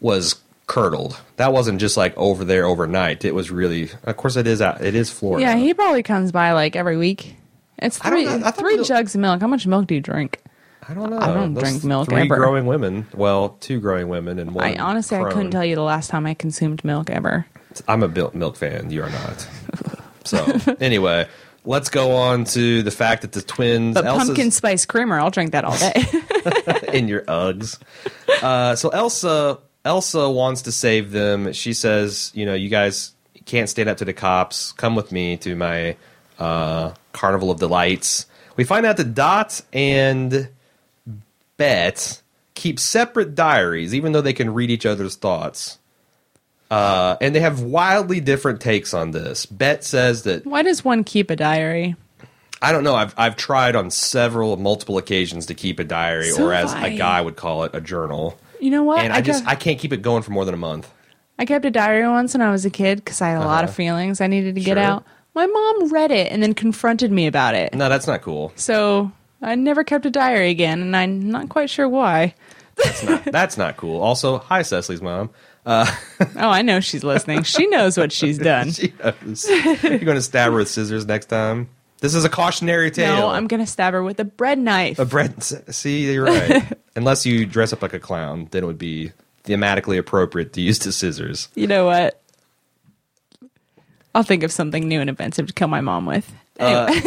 Speaker 1: was curdled. That wasn't just like over there overnight. It was really, of course, it is out. It is Florida.
Speaker 2: Yeah, he probably comes by like every week. It's
Speaker 1: I don't
Speaker 2: three
Speaker 1: know. I thought
Speaker 2: three
Speaker 1: the-
Speaker 2: jugs of milk. How much milk do you drink?
Speaker 1: I don't know.
Speaker 2: I don't
Speaker 1: Those
Speaker 2: drink milk
Speaker 1: Three
Speaker 2: ever.
Speaker 1: growing women. Well, two growing women and one.
Speaker 2: I honestly I couldn't tell you the last time I consumed milk ever.
Speaker 1: I'm a bil- milk fan. You are not. So anyway, let's go on to the fact that the twins.
Speaker 2: But
Speaker 1: Elsa's-
Speaker 2: pumpkin spice creamer, I'll drink that all day.
Speaker 1: (laughs) in your Uggs. Uh, so Elsa, Elsa wants to save them. She says, "You know, you guys can't stand up to the cops. Come with me to my uh, carnival of delights." We find out that Dot and Bet keep separate diaries, even though they can read each other's thoughts. Uh, and they have wildly different takes on this. Bet says that
Speaker 2: Why does one keep a diary?
Speaker 1: I don't know. I've I've tried on several multiple occasions to keep a diary,
Speaker 2: So
Speaker 1: or as
Speaker 2: have I.
Speaker 1: a guy would call it, a journal.
Speaker 2: You know what?
Speaker 1: And I, just
Speaker 2: kept,
Speaker 1: I can't keep it going for more than a month.
Speaker 2: I kept a diary once when I was a kid because I had a lot of feelings I needed to get
Speaker 1: Uh-huh. Sure.
Speaker 2: out. My mom read it and then confronted me about it.
Speaker 1: No, that's not cool.
Speaker 2: So I never kept a diary again, and I'm not quite sure why.
Speaker 1: That's not, that's not cool. Also, hi Cecily's mom. (laughs)
Speaker 2: Oh, I know she's listening. She knows what
Speaker 1: (laughs)
Speaker 2: she's done.
Speaker 1: She knows. You're going to stab her with scissors next time. This is a cautionary tale. (laughs)
Speaker 2: No, I'm gonna stab her with a bread knife.
Speaker 1: A Brent, see, you're
Speaker 2: (laughs)
Speaker 1: right. Unless you dress up like a clown, then it would be thematically appropriate to use the scissors.
Speaker 2: You know what? I'll think of something new and inventive to kill my mom with. Anyway,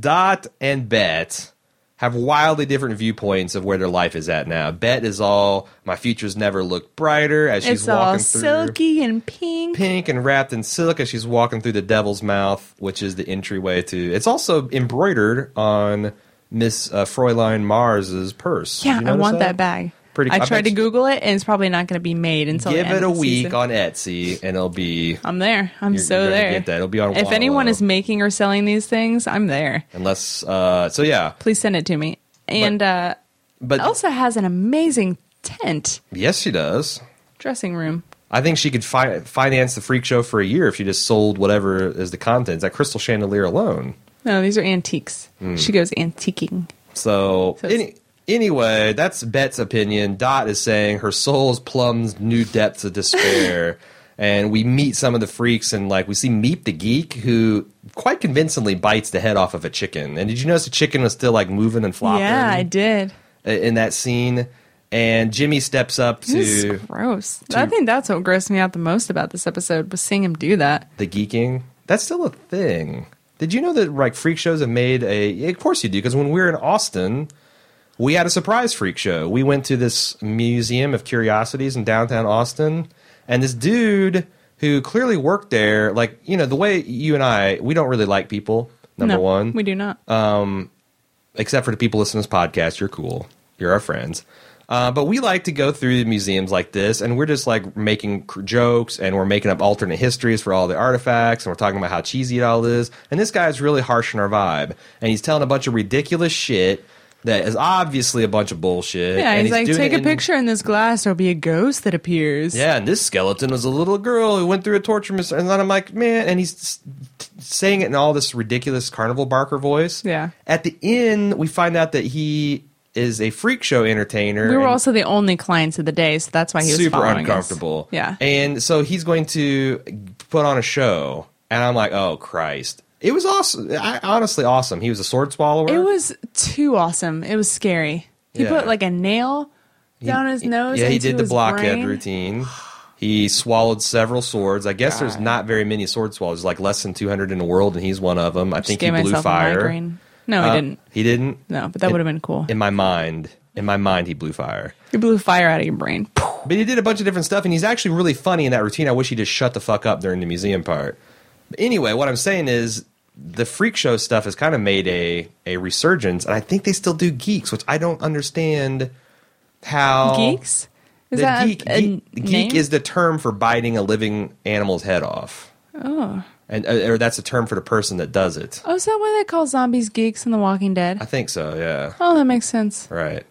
Speaker 1: Dot and Bet have wildly different viewpoints of where their life is at now. Bet is all my future's never looked brighter as she's
Speaker 2: it's
Speaker 1: walking
Speaker 2: all
Speaker 1: through
Speaker 2: silky and pink.
Speaker 1: pink and wrapped in silk as she's walking through the devil's mouth, which is the entryway to. It's also embroidered on Miss uh, Fräulein Mars's purse.
Speaker 2: Yeah,
Speaker 1: Did you
Speaker 2: I
Speaker 1: notice
Speaker 2: want that, bag.
Speaker 1: Pretty-
Speaker 2: I
Speaker 1: I
Speaker 2: tried
Speaker 1: bet
Speaker 2: to
Speaker 1: you-
Speaker 2: Google it, and it's probably not going to be made until the
Speaker 1: Give
Speaker 2: end
Speaker 1: it a
Speaker 2: of the
Speaker 1: week
Speaker 2: season.
Speaker 1: on Etsy, and it'll be
Speaker 2: I'm there. I'm
Speaker 1: You're-
Speaker 2: so
Speaker 1: you're gonna
Speaker 2: there.
Speaker 1: get that. It'll be on
Speaker 2: If anyone
Speaker 1: Wallow.
Speaker 2: is making or selling these things, I'm there.
Speaker 1: unless. Uh, so yeah,
Speaker 2: Please send it to me. And uh,
Speaker 1: but
Speaker 2: Elsa has an amazing tent
Speaker 1: yes, she does.
Speaker 2: dressing room.
Speaker 1: I think she could fi- finance the freak show for a year if she just sold whatever is the contents, that crystal chandelier alone.
Speaker 2: No, these are antiques.
Speaker 1: Hmm.
Speaker 2: She goes antiquing.
Speaker 1: So,
Speaker 2: So it's-
Speaker 1: any, anyway, that's Bet's opinion. Dot is saying her soul's plumbs new depths of
Speaker 2: (laughs)
Speaker 1: despair. and we meet some of the freaks, and like we see Meep the Geek, who quite convincingly bites the head off of a chicken. And did you notice the chicken was still like moving and flopping
Speaker 2: Yeah, I did.
Speaker 1: in that scene? And Jimmy steps up
Speaker 2: This
Speaker 1: to
Speaker 2: is gross. I think that's what grossed me out the most about this episode was seeing him do that.
Speaker 1: the geeking. That's still a thing. Did you know that like freak shows have made a? Of course you do, because when we were in Austin, we had a surprise freak show. We went to this museum of curiosities in downtown Austin, and this dude who clearly worked there, like you know, the way you and I, we don't really like people. Number
Speaker 2: No,
Speaker 1: one, Uh,
Speaker 2: we do not.
Speaker 1: except for the people listening to this podcast, you're cool. You're our friends. Uh, but we like to go through museums like this, and we're just like making cr- jokes, and we're making up alternate histories for all the artifacts, and we're talking about how cheesy it all is. And this guy's really harsh in our vibe, and he's telling a bunch of ridiculous shit that is obviously a bunch of bullshit.
Speaker 2: yeah,
Speaker 1: and
Speaker 2: he's, like,
Speaker 1: doing
Speaker 2: take
Speaker 1: it
Speaker 2: a
Speaker 1: in-
Speaker 2: picture in this glass, there'll be a ghost that appears.
Speaker 1: yeah, and this skeleton was a little girl who went through a torture mystery. And then I'm like, man, and he's s- t- saying it in all this ridiculous carnival barker voice.
Speaker 2: Yeah.
Speaker 1: At the end, we find out that he is a freak show entertainer.
Speaker 2: We were
Speaker 1: and
Speaker 2: also the only clients of the day, so that's why he was
Speaker 1: super
Speaker 2: following us.
Speaker 1: uncomfortable.
Speaker 2: Yeah.
Speaker 1: And so he's going to put on a show, and I'm like, oh Christ. It was awesome. I, honestly, awesome. He was a sword swallower.
Speaker 2: It was too awesome. It was scary. He
Speaker 1: Yeah.
Speaker 2: put like a nail down his nose.
Speaker 1: Yeah, he
Speaker 2: into
Speaker 1: did the
Speaker 2: his
Speaker 1: blockhead
Speaker 2: brain.
Speaker 1: routine. He swallowed several swords. I guess there's
Speaker 2: God.
Speaker 1: not very many sword swallows, like less than 200 in the world, and he's one of them. I
Speaker 2: Just
Speaker 1: think he
Speaker 2: gave
Speaker 1: blew
Speaker 2: myself a
Speaker 1: fire.
Speaker 2: migraine. No,
Speaker 1: Uh,
Speaker 2: he didn't.
Speaker 1: He didn't.
Speaker 2: No, but that
Speaker 1: in-
Speaker 2: would have been cool.
Speaker 1: In my mind, in my mind, he blew fire.
Speaker 2: He blew fire out of your brain.
Speaker 1: But he did a bunch of different stuff, and he's actually really funny in that routine. I wish he just shut the fuck up during the museum part. But anyway, what I'm saying is the freak show stuff has kind of made a a resurgence, and I think they still do geeks, which I don't understand how
Speaker 2: Geeks? Is
Speaker 1: the
Speaker 2: that
Speaker 1: geek,
Speaker 2: a, a
Speaker 1: geek, geek
Speaker 2: name?
Speaker 1: is the term for biting a living animal's head off. Oh. And uh, or that's a term for the person that does it.
Speaker 2: Oh, is that why they call zombies geeks in The Walking Dead?
Speaker 1: I think so, yeah.
Speaker 2: oh, that makes sense.
Speaker 1: Right.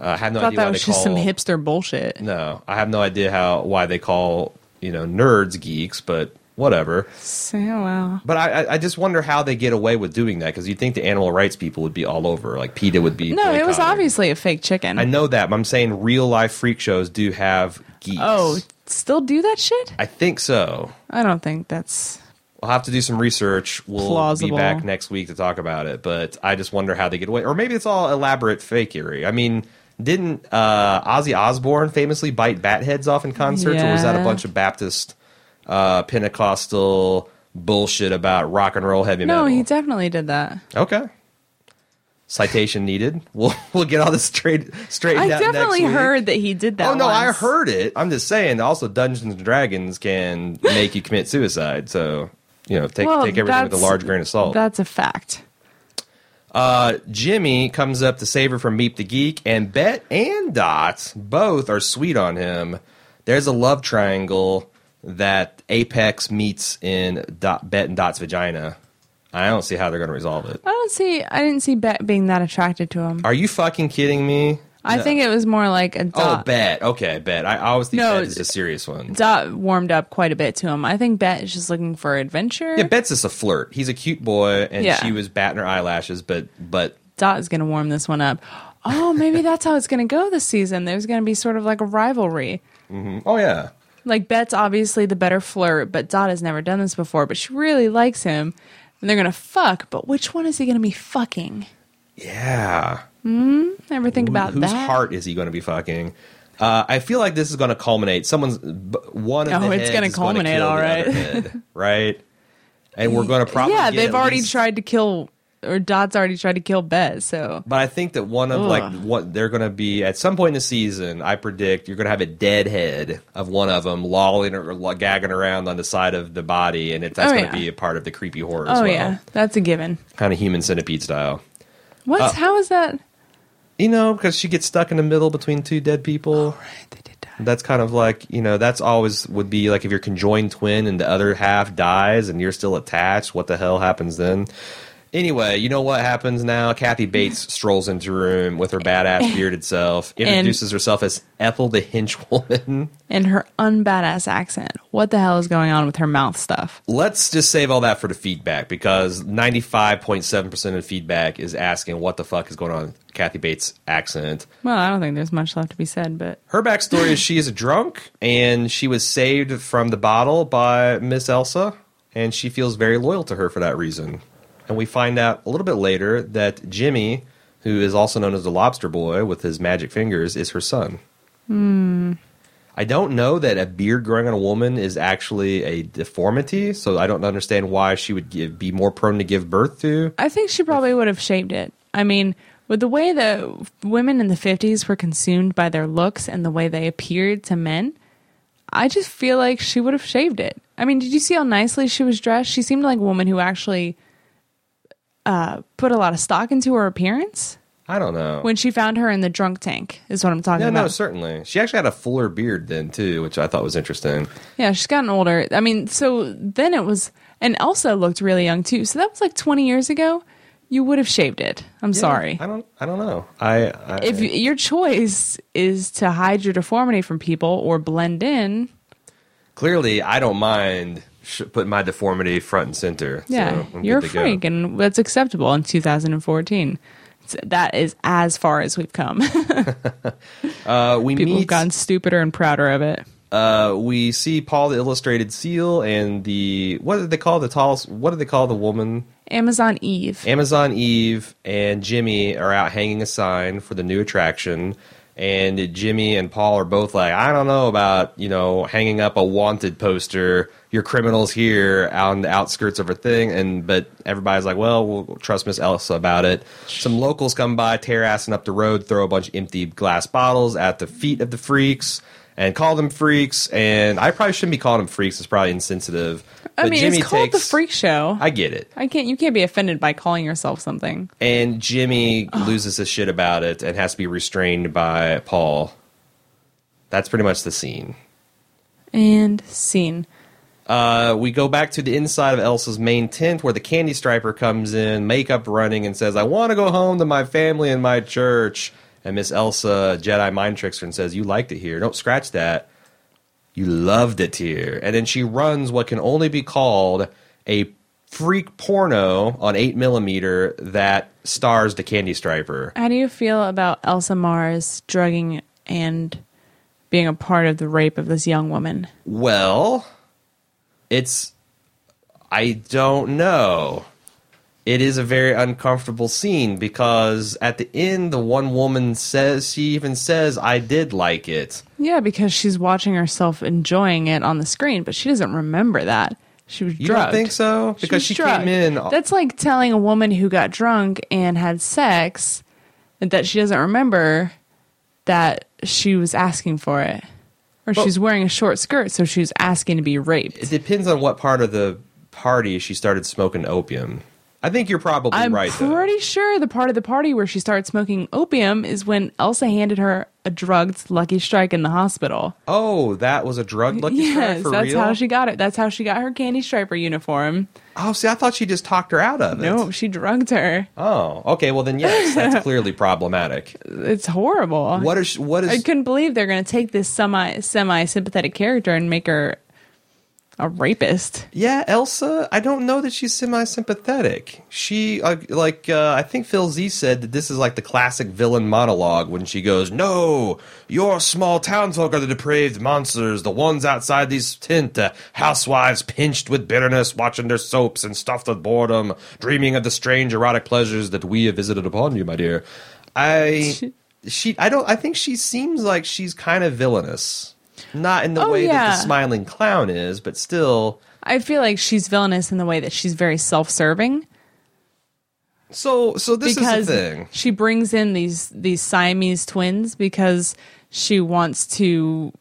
Speaker 1: Uh, I have no
Speaker 2: I thought
Speaker 1: idea why
Speaker 2: that
Speaker 1: they
Speaker 2: was just some
Speaker 1: call-
Speaker 2: hipster bullshit.
Speaker 1: No, I have no idea how why they call, you know, nerds geeks, but whatever.
Speaker 2: So, well,
Speaker 1: But I, I- I just wonder how they get away with doing that because you'd think the animal rights people would be all over, like PETA would be.
Speaker 2: no, it was
Speaker 1: boycotting.
Speaker 2: obviously a fake chicken.
Speaker 1: I know that, but I'm saying real life freak shows do have geeks.
Speaker 2: oh, still do that shit?
Speaker 1: I think so.
Speaker 2: I don't think that's
Speaker 1: We'll have to do some research. We'll
Speaker 2: Plausible.
Speaker 1: be back next week to talk about it. But I just wonder how they get away, or maybe it's all elaborate fakery. I mean, didn't uh, Ozzy Osbourne famously bite bat heads off in concerts, or was that a
Speaker 2: Yeah.
Speaker 1: bunch of Baptist, uh, Pentecostal bullshit about rock and roll heavy
Speaker 2: no.
Speaker 1: metal?
Speaker 2: He definitely did that.
Speaker 1: okay. Citation needed. We'll (laughs) we'll get all this straight straightened
Speaker 2: I
Speaker 1: out next
Speaker 2: definitely
Speaker 1: week.
Speaker 2: heard that he did that.
Speaker 1: Oh no, I
Speaker 2: once.
Speaker 1: heard it. I'm just saying. Also, Dungeons and Dragons can make you commit suicide. So you know, take
Speaker 2: Well,
Speaker 1: take everything with a
Speaker 2: that's-
Speaker 1: large grain of salt.
Speaker 2: That's a fact.
Speaker 1: Uh, Jimmy comes up to save her from Meep the Geek, and Bet and Dot both are sweet on him. There's a love triangle that Apex meets in Dot, Bet and Dot's vagina. I don't see how they're going to resolve it.
Speaker 2: I don't see. I didn't see Bet being that attracted to him.
Speaker 1: Are you fucking kidding me?
Speaker 2: I think it was more like a
Speaker 1: Oh,
Speaker 2: dot.
Speaker 1: Bet. Okay, Bet. I, I always think
Speaker 2: No,
Speaker 1: Bet is a serious one.
Speaker 2: Dot warmed up quite a bit to him. I think Bet is just looking for adventure.
Speaker 1: Yeah, Bet's just a flirt. He's a cute boy, and
Speaker 2: Yeah.
Speaker 1: she was batting her eyelashes, but but
Speaker 2: Dot is going to warm this one up.
Speaker 1: (laughs)
Speaker 2: Oh, maybe that's how it's going to go this season. There's going to be sort of like a rivalry.
Speaker 1: oh yeah,
Speaker 2: Like Bet's obviously the better flirt, but Dot has never done this before. But she really likes him, and they're going to fuck. But which one is he going to be fucking?
Speaker 1: yeah.
Speaker 2: Never think about
Speaker 1: whose
Speaker 2: that.
Speaker 1: heart is he going to be fucking? Uh, I feel like this is going to culminate. Someone's b- one of
Speaker 2: Oh,
Speaker 1: the
Speaker 2: it's
Speaker 1: heads
Speaker 2: gonna
Speaker 1: is gonna
Speaker 2: culminate,
Speaker 1: kill the
Speaker 2: all
Speaker 1: other
Speaker 2: right.
Speaker 1: head, right? And we're going to probably
Speaker 2: yeah,
Speaker 1: get
Speaker 2: they've
Speaker 1: at
Speaker 2: already
Speaker 1: least-
Speaker 2: tried to kill or Dot's already tried to kill Bez, so
Speaker 1: But I think that one of like
Speaker 2: Ugh.
Speaker 1: what they're going to be at some point in the season, I predict you're going to have a dead head of one of them lolling or lo- gagging around on the side of the body, and it, that's
Speaker 2: Oh,
Speaker 1: going to
Speaker 2: yeah.
Speaker 1: be a part of the creepy horror. as
Speaker 2: oh
Speaker 1: well.
Speaker 2: yeah, that's a given.
Speaker 1: kind of human centipede style.
Speaker 2: What?
Speaker 1: Uh,
Speaker 2: How is that?
Speaker 1: You know, because she gets stuck in the middle between two dead people.
Speaker 2: Right, they did die.
Speaker 1: That's kind of like you know, that's always would be like if your conjoined twin and the other half dies and you're still attached. What the hell happens then? Anyway, you know what happens now? Kathy Bates strolls into the room with her badass bearded self, introduces herself as Ethel the henchwoman.
Speaker 2: And her unbadass accent. What the hell is going on with her mouth stuff?
Speaker 1: (laughs) Let's just save all that for the feedback because 95.7% of the feedback is asking what the fuck is going on with Kathy Bates' accent.
Speaker 2: Well, I don't think there's much left to be said, but
Speaker 1: Her backstory is she is a drunk and she was saved from the bottle by Miss Elsa, and she feels very loyal to her for that reason. And we find out a little bit later that Jimmy, who is also known as the Lobster Boy with his magic fingers, is her son. I don't know that a beard growing on a woman is actually a deformity, so I don't understand why she would give, be more prone to give birth to.
Speaker 2: I think she probably would have shaped it. I mean, with the way that women in the 50s were consumed by their looks and the way they appeared to men, I just feel like she would have shaved it. I mean, did you see how nicely she was dressed? She seemed like a woman who actually uh, put a lot of stock into her appearance
Speaker 1: I don't know.
Speaker 2: when she found her in the drunk tank, is what I'm talking
Speaker 1: no,
Speaker 2: about.
Speaker 1: no, certainly. She actually had a fuller beard then too, which I thought was interesting.
Speaker 2: Yeah, she's gotten older. I mean, so then it was, and Elsa looked really young too. So that was like 20 years ago. You would have shaved it. I'm sorry.
Speaker 1: I don't. I don't know. I. I
Speaker 2: If you- your choice is to hide your deformity from people or blend in,
Speaker 1: clearly, I don't mind sh- putting my deformity front and center. so
Speaker 2: yeah,
Speaker 1: I'm good
Speaker 2: you're a
Speaker 1: to go.
Speaker 2: freak, and that's acceptable in 2014. So that is as far as we've come. (laughs)
Speaker 1: Uh, we
Speaker 2: people have
Speaker 1: meet.
Speaker 2: gotten stupider and prouder of it.
Speaker 1: Uh, we see Paul the Illustrated Seal and the what did they call the tallest? What did they call the woman?
Speaker 2: Amazon Eve.
Speaker 1: Amazon Eve and Jimmy are out hanging a sign for the new attraction. And Jimmy and Paul are both like, I don't know about, you know, hanging up a wanted poster, your criminals here on the outskirts of her thing. And, but everybody's like, well, we'll trust Miss Elsa about it. Some locals come by, tear assing up the road, throw a bunch of empty glass bottles at the feet of the freaks and call them freaks. And I probably shouldn't be calling them freaks. It's probably insensitive.
Speaker 2: I
Speaker 1: But
Speaker 2: mean, it's called the Freak Show.
Speaker 1: I get it.
Speaker 2: I can't. You can't be offended by calling yourself something.
Speaker 1: And Jimmy loses his shit about it and has to be restrained by Paul. That's pretty much the scene.
Speaker 2: And scene.
Speaker 1: Uh, we go back to the inside of Elsa's main tent where the candy striper comes in, makeup running, and says, I want to go home to my family and my church. And Miss Elsa, Jedi mind tricks her and says, You liked it here. Don't scratch that. You loved it here. And then she runs what can only be called a freak porno on 8mm that stars the candy striper.
Speaker 2: How do you feel about Elsa Mars drugging and being a part of the rape of this young woman?
Speaker 1: Well, it's I don't know. It is a very uncomfortable scene because at the end the one woman says she even says I did like it.
Speaker 2: Yeah, because she's watching herself enjoying it on the screen, but she doesn't remember that. She was
Speaker 1: You
Speaker 2: drugged.
Speaker 1: don't think so? Because
Speaker 2: was
Speaker 1: she,
Speaker 2: drugged.
Speaker 1: came in
Speaker 2: That's like telling a woman who got drunk and had sex that she doesn't remember that she was asking for it. Or
Speaker 1: Well-
Speaker 2: she's wearing a short skirt, so she's asking to be raped.
Speaker 1: it depends on what part of the party she started smoking opium. I think you're probably
Speaker 2: I'm
Speaker 1: right though.
Speaker 2: pretty sure the part of the party where she started smoking opium is when Elsa handed her a drugged Lucky Strike in the hospital.
Speaker 1: Oh, that was a drug
Speaker 2: (laughs)
Speaker 1: lucky strike
Speaker 2: yes,
Speaker 1: for
Speaker 2: that's
Speaker 1: real.
Speaker 2: how she got it. That's how she got her candy striper uniform.
Speaker 1: oh, see, I thought she just talked her out of it.
Speaker 2: No, she drugged her.
Speaker 1: Oh, okay. Well, then yes,
Speaker 2: (laughs)
Speaker 1: that's clearly problematic.
Speaker 2: It's horrible.
Speaker 1: What is what is
Speaker 2: I couldn't believe they're going to take this semi semi sympathetic character and make her a rapist.
Speaker 1: Yeah, Elsa, I don't know that she's semi sympathetic. She, uh, like, uh, I think Phil Z said that this is like the classic villain monologue when she goes, No, your small townsfolk are the depraved monsters, the ones outside these tent, the housewives pinched with bitterness, watching their soaps and stuffed with boredom, dreaming of the strange erotic pleasures that we have visited upon you, my dear.
Speaker 2: (laughs)
Speaker 1: I. She, I don't. I think she seems like she's kind of villainous, not in the
Speaker 2: Oh,
Speaker 1: way that
Speaker 2: yeah.
Speaker 1: the smiling clown is, but still,
Speaker 2: I feel like she's villainous in the way that she's very self serving.
Speaker 1: So so this is
Speaker 2: because
Speaker 1: the thing.
Speaker 2: she brings in these these Siamese twins because she wants to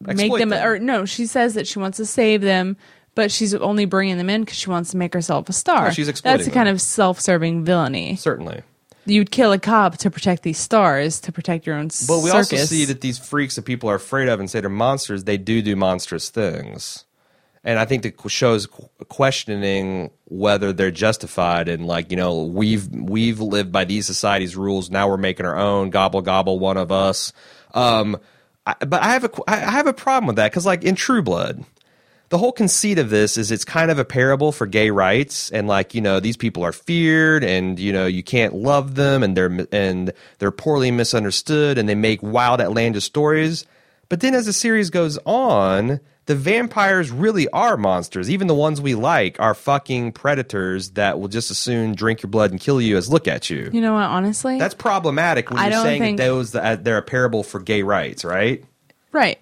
Speaker 2: make
Speaker 1: Exploit
Speaker 2: them, or no, she says that she wants to save them, but she's only bringing them in because she wants to make herself a star.
Speaker 1: Oh, she's exploiting
Speaker 2: That's a kind
Speaker 1: them.
Speaker 2: of self-serving villainy.
Speaker 1: certainly.
Speaker 2: You'd kill a cop to protect these stars to protect your own
Speaker 1: But we
Speaker 2: circus.
Speaker 1: also see that these freaks that people are afraid of and say they're monsters, they do do monstrous things. And I think that qu- shows qu- questioning whether they're justified in like you know we've we've lived by these society's rules. Now we're making our own gobble gobble one of us. Um, I, but I have a qu- I I have a problem with that because like in True Blood, the whole conceit of this is it's kind of a parable for gay rights and like you know these people are feared and you know you can't love them and they're and they're poorly misunderstood and they make wild outlandish stories but then as the series goes on the vampires really are monsters even the ones we like are fucking predators that will just as soon drink your blood and kill you as look at you
Speaker 2: you know what? Honestly,
Speaker 1: that's problematic when
Speaker 2: I
Speaker 1: you're
Speaker 2: don't
Speaker 1: saying
Speaker 2: think-
Speaker 1: that those that they're a parable for gay rights right
Speaker 2: right.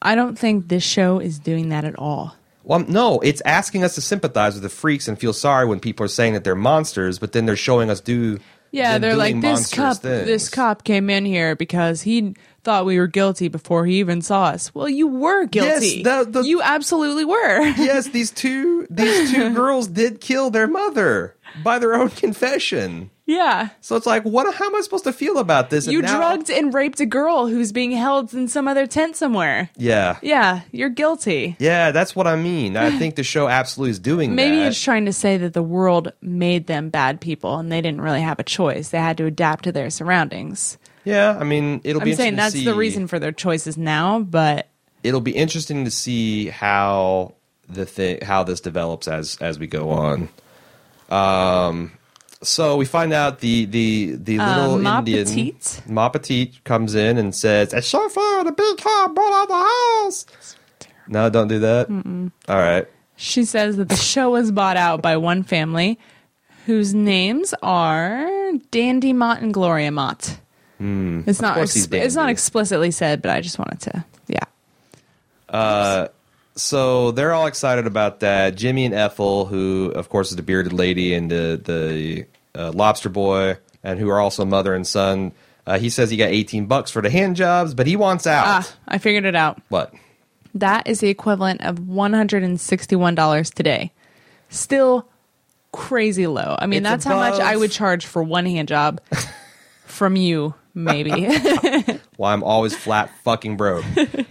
Speaker 2: I don't think this show is doing that at all.
Speaker 1: Well, um, no, it's asking us to sympathize with the freaks and feel sorry when people are saying that they're monsters, but then they're showing us do.
Speaker 2: Yeah,
Speaker 1: them
Speaker 2: they're
Speaker 1: doing
Speaker 2: like this
Speaker 1: monstrous
Speaker 2: cop.
Speaker 1: things."
Speaker 2: This cop (laughs) came in here because he thought we were guilty before he even saw us. Well, you were guilty.
Speaker 1: the- the-
Speaker 2: you absolutely were. (laughs)
Speaker 1: Yes, these two these two girls did kill their mother by their own confession.
Speaker 2: yeah,
Speaker 1: So it's like, what? How am I supposed to feel about this? And
Speaker 2: you
Speaker 1: now-
Speaker 2: drugged and raped a girl who's being held in some other tent somewhere.
Speaker 1: Yeah,
Speaker 2: Yeah, you're guilty.
Speaker 1: yeah, that's what I mean. I think the show absolutely is doing
Speaker 2: Maybe
Speaker 1: that.
Speaker 2: it's trying to say that the world made them bad people and they didn't really have a choice. They had to adapt to their surroundings.
Speaker 1: yeah, I mean, it'll be
Speaker 2: I'm saying
Speaker 1: interesting to
Speaker 2: that's the
Speaker 1: see-
Speaker 2: reason for their choices now, but
Speaker 1: It'll be interesting to see how the thing how this develops as as we go on. Um, so we find out the the the little
Speaker 2: Uh, Ma
Speaker 1: Indian
Speaker 2: Petite.
Speaker 1: Ma Petite comes in and says, "I sure found a big car brought out the house." No, don't do that. All right.
Speaker 2: She says that the show was bought out by one family whose names are Dandy Mott and Gloria Mott. it's not
Speaker 1: Hmm. course he's
Speaker 2: exp- it's not
Speaker 1: dandy.
Speaker 2: explicitly said, but I just wanted to yeah.
Speaker 1: So they're all excited about that. Jimmy and Ethel, who of course is the bearded lady and the the uh, lobster boy, and who are also mother and son. Uh, he says he got eighteen bucks for the hand jobs, but he wants out.
Speaker 2: Ah, I figured it out.
Speaker 1: What?
Speaker 2: That is the equivalent of one hundred and sixty one dollars today. Still crazy low. I mean
Speaker 1: It's
Speaker 2: that's how much
Speaker 1: above-
Speaker 2: I would charge for one hand
Speaker 1: (laughs)
Speaker 2: job from you, maybe. (laughs)
Speaker 1: Why I'm always flat fucking broke.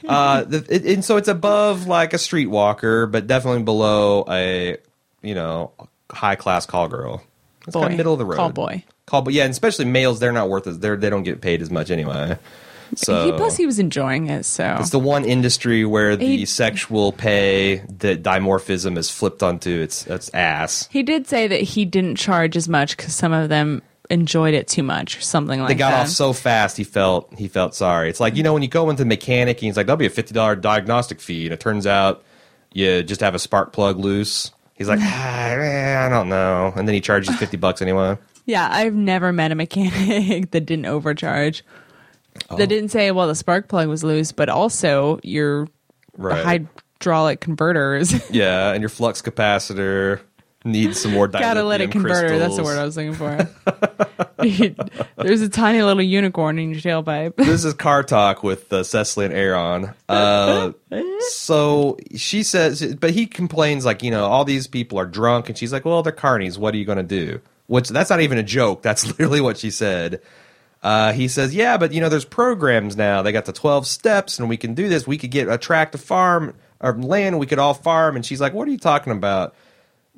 Speaker 1: Uh, the, it, and so it's above like a streetwalker, but definitely below a you know high class call girl. It's kind
Speaker 2: Boy.
Speaker 1: of middle of the road.
Speaker 2: Call boy.
Speaker 1: Call boy. Yeah, and especially males, they're not worth it. They're they don't get paid as much anyway. So
Speaker 2: he plus he was enjoying it, so
Speaker 1: it's the one industry where the
Speaker 2: He-
Speaker 1: sexual pay, the dimorphism, is flipped onto its its ass.
Speaker 2: He did say that he didn't charge as much because some of them enjoyed it too much or something like
Speaker 1: They got
Speaker 2: that.
Speaker 1: off so fast. He felt he felt sorry. It's like you know when you go into the mechanic and he's like, "That'll be a fifty dollar diagnostic fee," and it turns out you just have a spark plug loose. He's
Speaker 2: (laughs)
Speaker 1: like, ah, eh, "I don't know," and then he charges fifty bucks anyway.
Speaker 2: (laughs) yeah, I've never met a mechanic (laughs) that didn't overcharge.
Speaker 1: Oh.
Speaker 2: That didn't say, well, the spark plug was loose, but also your
Speaker 1: Right.
Speaker 2: hydraulic converter (laughs) is
Speaker 1: Yeah, and your flux capacitor needs some more.
Speaker 2: gotta let it
Speaker 1: dilithium
Speaker 2: converter. That's the
Speaker 1: crystals.
Speaker 2: word I was looking for. (laughs) There's a tiny little unicorn in your tailpipe.
Speaker 1: this is car talk with uh, Cecily and Aaron. Uh, so she says, but he complains like you know all these people are drunk, and she's like, well, they're carnies. What are you going to do? Which that's not even a joke. That's (laughs) literally what she said. Uh, he says, yeah, but you know, there's programs now. They got the 12 steps, and we can do this. We could get a tract of farm or land. We could all farm. And she's like, what are you talking about?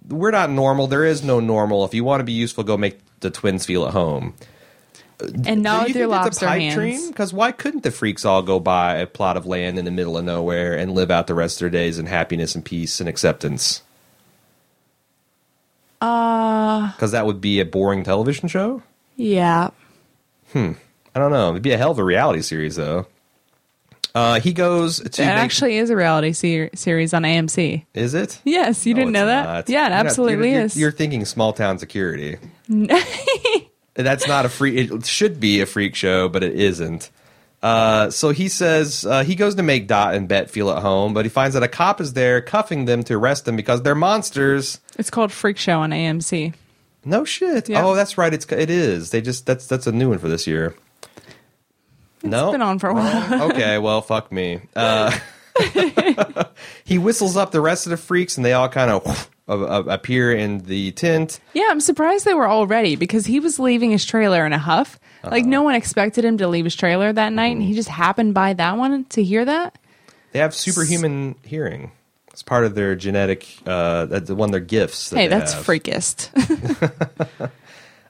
Speaker 1: We're not normal. There is no normal. If you want to be useful, go make the twins feel at home.
Speaker 2: (laughs) and
Speaker 1: Do
Speaker 2: now
Speaker 1: you
Speaker 2: with your
Speaker 1: think
Speaker 2: lobster hands.
Speaker 1: Because why couldn't the freaks all go buy a plot of land in the middle of nowhere and live out the rest of their days in happiness and peace and acceptance?
Speaker 2: Uh,
Speaker 1: Because that would be a boring television show.
Speaker 2: Yeah.
Speaker 1: I don't know. It'd be a hell of a reality series, though. Uh, he goes to
Speaker 2: It
Speaker 1: make-
Speaker 2: actually is a reality ser- series on AMC.
Speaker 1: Is it?
Speaker 2: Yes, you
Speaker 1: No,
Speaker 2: didn't know
Speaker 1: Oh, it's
Speaker 2: that?
Speaker 1: not.
Speaker 2: Yeah,
Speaker 1: You're
Speaker 2: it
Speaker 1: not- you're-
Speaker 2: absolutely
Speaker 1: you're,
Speaker 2: is.
Speaker 1: You're, thinking small town
Speaker 2: (laughs)
Speaker 1: security. That's not a free. It should be a freak show, but it isn't. Uh, so he says uh, he goes to make Dot and Bet feel at home, but he finds that a cop is there cuffing them to arrest them because they're monsters.
Speaker 2: It's called Freak Show on AMC.
Speaker 1: No shit.
Speaker 2: Yeah.
Speaker 1: Oh, that's right. It's it is. They just that's that's a new one for this year. no.
Speaker 2: It's been on for a while.
Speaker 1: okay, well, fuck me. Uh, (laughs) he whistles up the rest of the freaks, and they all kind of appear in the tent.
Speaker 2: yeah, I'm surprised they were all ready because he was leaving his trailer in a huff. Like no one expected him to leave his trailer that night, and he just happened by that one to hear that.
Speaker 1: They have superhuman hearing. It's part of their genetic. Uh, that's one of their gifts. that
Speaker 2: Hey,
Speaker 1: they
Speaker 2: that's
Speaker 1: have.
Speaker 2: freakist.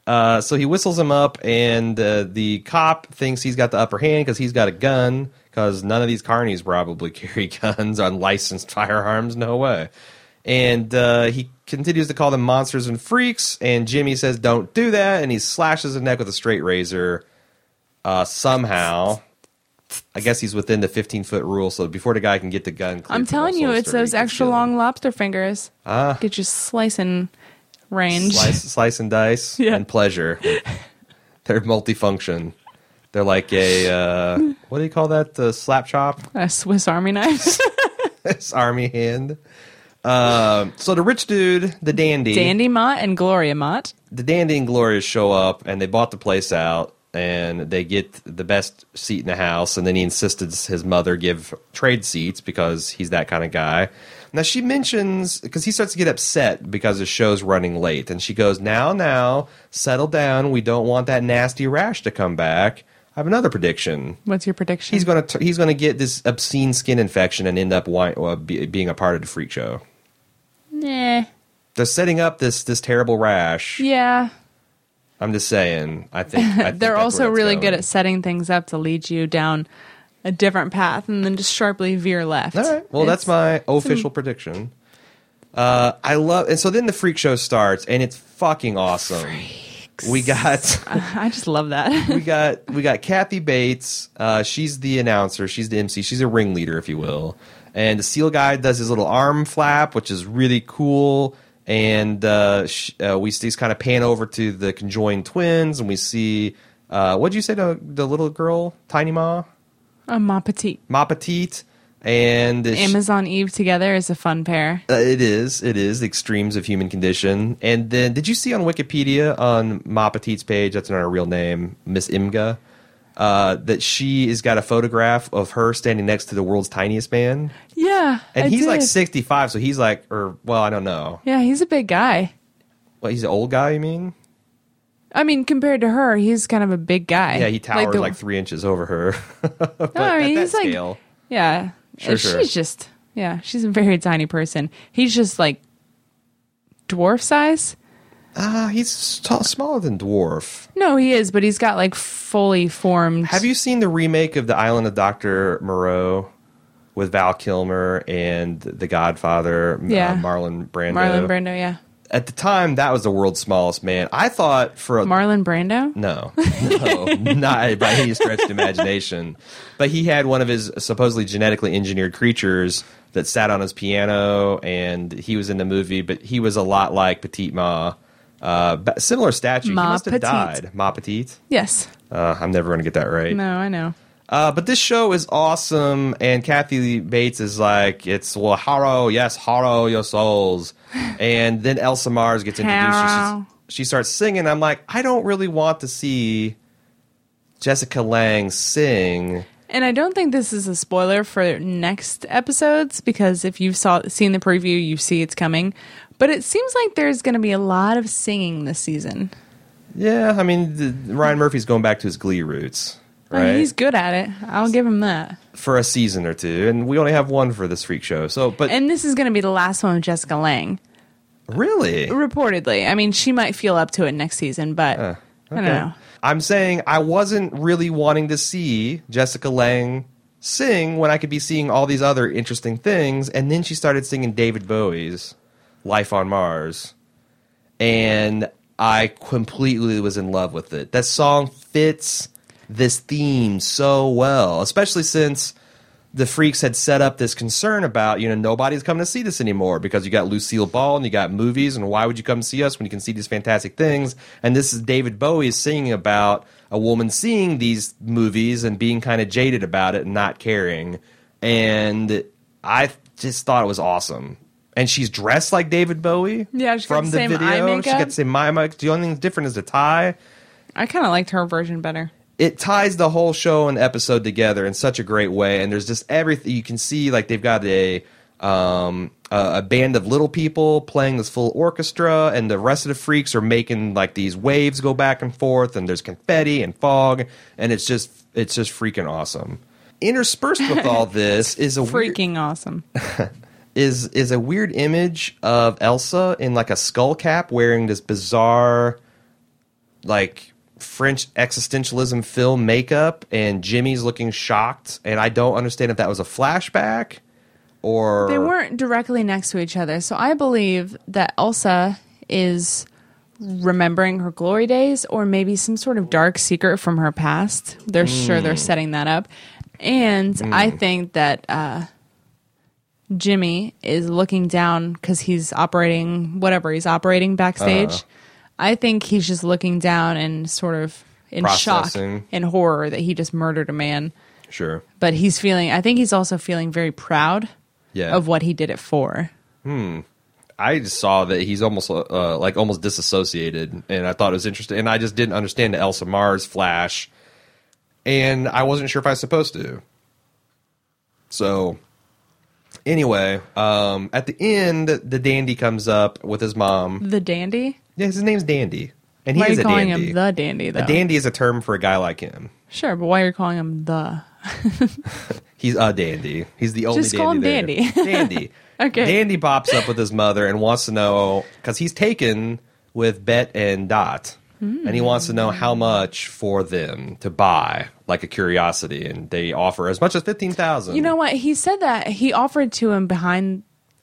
Speaker 1: Uh, so he whistles him up, and uh, the cop thinks he's got the upper hand because he's got a gun. Because none of these carnies probably (laughs) carry guns on licensed (laughs) firearms. No way. And uh, he continues to call them monsters and freaks. And Jimmy says, "Don't do that." And he slashes his neck with a straight razor. Uh, somehow, I guess he's within the fifteen foot rule. So before the guy can get the gun, clear
Speaker 2: I'm
Speaker 1: from
Speaker 2: telling you,
Speaker 1: Russell's
Speaker 2: it's
Speaker 1: story, he
Speaker 2: those
Speaker 1: can
Speaker 2: extra
Speaker 1: kill him.
Speaker 2: long lobster fingers. Get your slicing range.
Speaker 1: Ah. slice, (laughs) slice and dice
Speaker 2: Yeah.
Speaker 1: and (laughs) pleasure. They're multifunction. They're like a uh, what do you call that? The slap chop, (laughs)
Speaker 2: (laughs) A Swiss Army knife.
Speaker 1: It's army hand. Um, so the rich dude, the dandy,
Speaker 2: Dandy Mott and Gloria Mott.
Speaker 1: the dandy and Glorious show up, and they bought the place out, and they get the best seat in the house. And then he insisted his mother give trade seats because he's that kind of guy. Now she mentions because he starts to get upset because his show's running late, and she goes, "Now, now, settle down. We don't want that nasty rash to come back." I have another prediction.
Speaker 2: What's your prediction?
Speaker 1: He's gonna he's gonna get this obscene skin infection and end up wi- uh, be, being a part of the freak show.
Speaker 2: Nah.
Speaker 1: They're setting up this this terrible rash.
Speaker 2: Yeah.
Speaker 1: I'm just saying. I think,
Speaker 2: (laughs)
Speaker 1: I think
Speaker 2: They're
Speaker 1: that's
Speaker 2: also
Speaker 1: where it's
Speaker 2: really
Speaker 1: going.
Speaker 2: good at setting things up to lead you down a different path and then just sharply veer left.
Speaker 1: All right. Well, that's
Speaker 2: It's-
Speaker 1: my official prediction. Uh, I love, and so then the freak show starts, and it's fucking awesome. We got
Speaker 2: (laughs) I just love that.
Speaker 1: we got we got Kathy Bates. Uh, she's the announcer. She's the MC. She's a ringleader, if you will. And the seal guy does his little arm flap, which is really cool. And uh, sh- uh, we see kind of pan over to the conjoined twins, and we see uh, what did you say to the little girl, Tiny Ma,
Speaker 2: a Ma Petite.
Speaker 1: Ma Petite, and she-
Speaker 2: Amazon Eve together is a fun pair.
Speaker 1: Uh, it is. It is the extremes of human condition. And then, did you see on Wikipedia on Ma Petite's page? That's not her real name, Miss Imga. Uh, that she has got a photograph of her standing next to the world's tiniest man,
Speaker 2: Yeah.
Speaker 1: and
Speaker 2: I
Speaker 1: he's like
Speaker 2: did.
Speaker 1: sixty-five, so he's like, or well, I don't know.
Speaker 2: Yeah, he's a big guy.
Speaker 1: What he's an old guy? You mean?
Speaker 2: I mean, compared to her, he's kind of a big guy.
Speaker 1: Yeah, he towers like,
Speaker 2: the-
Speaker 1: three inches over her. (laughs) but
Speaker 2: No, I mean,
Speaker 1: at that
Speaker 2: he's like-
Speaker 1: scale,
Speaker 2: Yeah.
Speaker 1: Sure,
Speaker 2: And
Speaker 1: sure.
Speaker 2: She's just, yeah, she's a very tiny person. He's just like dwarf size.
Speaker 1: ah, he's tall, smaller than dwarf.
Speaker 2: No, he is, but he's got like fully formed.
Speaker 1: Have you seen the remake of The Island of Dr. Moreau with Val Kilmer and The Godfather, uh,
Speaker 2: Yeah.
Speaker 1: Marlon Brando?
Speaker 2: Marlon Brando? Yeah.
Speaker 1: At the time, that was the world's smallest man. I thought for a.
Speaker 2: Marlon Brando?
Speaker 1: no, (laughs) no, not by any stretch of the imagination. But he had one of his supposedly genetically engineered creatures that sat on his piano, and he was in the movie. But he was a lot like Petite Ma, uh, ba- similar stature. he
Speaker 2: Ma
Speaker 1: must have
Speaker 2: Petite.
Speaker 1: died. Ma Petite.
Speaker 2: Yes.
Speaker 1: Uh, I'm never going to get that right.
Speaker 2: No, I know.
Speaker 1: Uh, but this show is awesome, and Kathy Bates is like, "It's well, harrow, yes, harrow your souls." And then Elsa Mars gets introduced. She-
Speaker 2: Harrow.
Speaker 1: She, starts singing. I'm like, I don't really want to see Jessica Lang sing.
Speaker 2: And I don't think this is a spoiler for next episodes because if you've saw, seen the preview, you see it's coming. But it seems like there's going to be a lot of singing this season.
Speaker 1: Yeah, I mean, the, Ryan Murphy's going back to his Glee roots,
Speaker 2: I mean,
Speaker 1: right?
Speaker 2: he's good at it. I'll give him that.
Speaker 1: for a season or two, and we only have one for this freak show. So, but
Speaker 2: And this is going to be the last one with Jessica Lang.
Speaker 1: really,
Speaker 2: Reportedly. I mean, she might feel up to it next season, but I don't know.
Speaker 1: I'm saying I wasn't really wanting to see Jessica Lang sing when I could be seeing all these other interesting things. And then she started singing David Bowie's Life on Mars. And I completely was in love with it. That song fits this theme so well, especially since the freaks had set up this concern about you know nobody's coming to see this anymore because you got Lucille Ball and you got movies and why would you come see us when you can see these fantastic things and this is David Bowie is singing about a woman seeing these movies and being kind of jaded about it and not caring and I just thought it was awesome and she's dressed like David Bowie.
Speaker 2: Yeah, she's got
Speaker 1: from
Speaker 2: the
Speaker 1: the,
Speaker 2: same eye
Speaker 1: video, she
Speaker 2: makeup.
Speaker 1: got the same eye makeup. The only thing different is the tie.
Speaker 2: I kind of liked her version better.
Speaker 1: It ties the whole show and episode together in such a great way, and there's just everything you can see. Like they've got a um, a a band of little people playing this full orchestra, and the rest of the freaks are making like these waves go back and forth, and there's confetti and fog, and it's just it's just freaking awesome. Interspersed with all this is a weird-
Speaker 2: Freaking awesome.
Speaker 1: is is a weird image of Elsa in like a skull cap wearing this bizarre like French existentialism film makeup and Jimmy's looking shocked and I don't understand if that was a flashback or
Speaker 2: They weren't directly next to each other, so I believe that Elsa is remembering her glory days or maybe some sort of dark secret from her past. They're sure they're setting that up. And I think that uh, Jimmy is looking down because he's operating whatever he's operating backstage. I think he's just looking down and sort of in shock
Speaker 1: Processing.
Speaker 2: and horror that he just murdered a man
Speaker 1: sure.
Speaker 2: but he's feeling i think he's also feeling very proud
Speaker 1: Yeah.
Speaker 2: of what he did it for
Speaker 1: I just saw that he's almost uh, like almost disassociated, and I thought it was interesting. And I just didn't understand the Elsa Mars flash, and I wasn't sure if I was supposed to. So, anyway, um, at the end, the dandy comes up with his mom.
Speaker 2: the dandy
Speaker 1: Yeah, his name's Dandy, and he
Speaker 2: why are
Speaker 1: is
Speaker 2: you
Speaker 1: a
Speaker 2: calling
Speaker 1: dandy.
Speaker 2: him the dandy though
Speaker 1: a dandy is a term for a guy like him.
Speaker 2: sure but why are you calling him the
Speaker 1: He's a dandy. He's the only
Speaker 2: Just
Speaker 1: dandy.
Speaker 2: call him
Speaker 1: there.
Speaker 2: (laughs)
Speaker 1: Dandy.
Speaker 2: Okay.
Speaker 1: Dandy pops up with his mother and wants to know because he's taken with Bet and Dot, and he wants to know how much for them to buy, like a curiosity, and they offer as much as fifteen thousand.
Speaker 2: you know what he said that he offered to him behind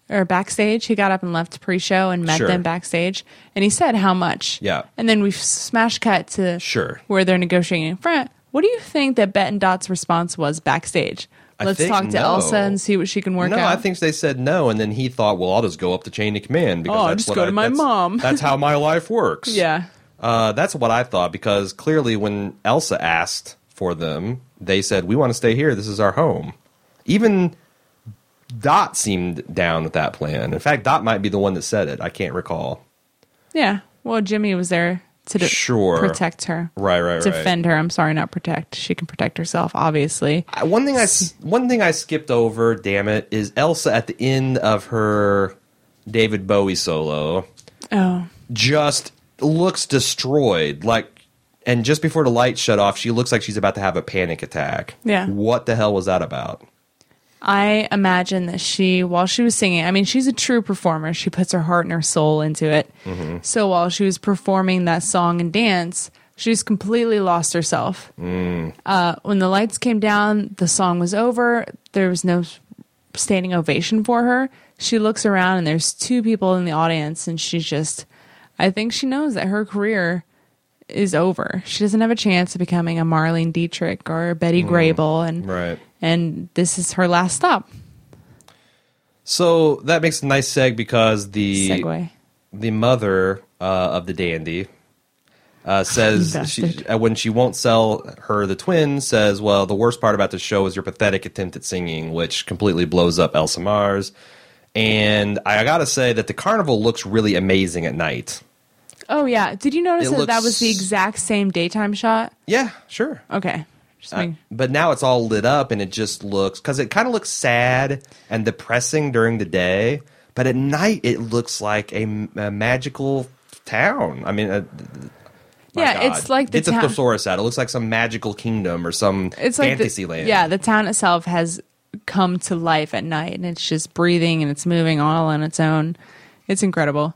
Speaker 2: or backstage he got up and left pre-show and met
Speaker 1: Sure.
Speaker 2: them backstage and he said how much
Speaker 1: Yeah.
Speaker 2: and then we smash cut to
Speaker 1: Sure.
Speaker 2: where they're negotiating in front what do you think that bet and dot's response was backstage
Speaker 1: I
Speaker 2: let's
Speaker 1: think
Speaker 2: talk to
Speaker 1: no.
Speaker 2: elsa and see what she can work
Speaker 1: No, I
Speaker 2: out
Speaker 1: think they said no, and then he thought, "Well, I'll just go up the chain of command because
Speaker 2: Oh, I'll
Speaker 1: that's
Speaker 2: just
Speaker 1: what
Speaker 2: go
Speaker 1: I-
Speaker 2: to my
Speaker 1: that's-
Speaker 2: mom.
Speaker 1: that's how my life works."
Speaker 2: (laughs) yeah
Speaker 1: Uh, that's what I thought because clearly, when Elsa asked for them, they said, "We want to stay here. This is our home." Even Dot seemed down with that plan. In fact, Dot might be the one that said it. I can't recall.
Speaker 2: Yeah. Well, Jimmy was there to de-
Speaker 1: Sure.
Speaker 2: protect her.
Speaker 1: Right, right, right.
Speaker 2: Defend her. I'm sorry, not protect. She can protect herself, obviously.
Speaker 1: I- One thing I s- (laughs) one thing I skipped over, damn it, is Elsa at the end of her David Bowie solo
Speaker 2: Oh.
Speaker 1: just looks destroyed. Like, and just before the lights shut off, she looks like she's about to have a panic attack.
Speaker 2: Yeah.
Speaker 1: What the hell was that about?
Speaker 2: I imagine that she, while she was singing, I mean, she's a true performer. She puts her heart and her soul into it. So while she was performing that song and dance, she's completely lost herself. Uh, when the lights came down, the song was over. There was no s- standing ovation for her. She looks around and there's two people in the audience, and she's just, I think she knows that her career is over. She doesn't have a chance of becoming a Marlene Dietrich or a Betty Grable, and
Speaker 1: Right.
Speaker 2: and this is her last stop.
Speaker 1: So that makes a nice seg because the
Speaker 2: Segue.
Speaker 1: the mother uh, of the dandy uh,
Speaker 2: (laughs)
Speaker 1: says she,
Speaker 2: Bastard.
Speaker 1: uh, when she won't sell her the twin says, "Well, the worst part about the show is your pathetic attempt at singing, which completely blows up Elsa Mars." And I gotta say that the carnival looks really amazing at night.
Speaker 2: Oh yeah, did you notice
Speaker 1: It
Speaker 2: that that
Speaker 1: looks-
Speaker 2: was the exact same daytime shot?
Speaker 1: Yeah, sure.
Speaker 2: Okay, just
Speaker 1: Uh,
Speaker 2: make-
Speaker 1: but now it's all lit up and it just looks because it kind of looks sad and depressing during the day but at night it looks like a, m- a magical town i mean uh, my
Speaker 2: yeah,
Speaker 1: God.
Speaker 2: it's like the
Speaker 1: Get the
Speaker 2: town.
Speaker 1: thesaurus out it looks like some magical kingdom or some
Speaker 2: it's like
Speaker 1: fantasy
Speaker 2: the,
Speaker 1: land
Speaker 2: Yeah, the town itself has come to life at night, and it's just breathing and it's moving all on its own. It's incredible.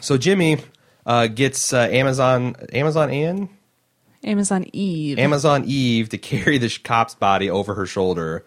Speaker 1: so jimmy uh, gets uh, amazon amazon ann
Speaker 2: Amazon Eve.
Speaker 1: Amazon Eve to (laughs) carry the sh- cop's body over her shoulder,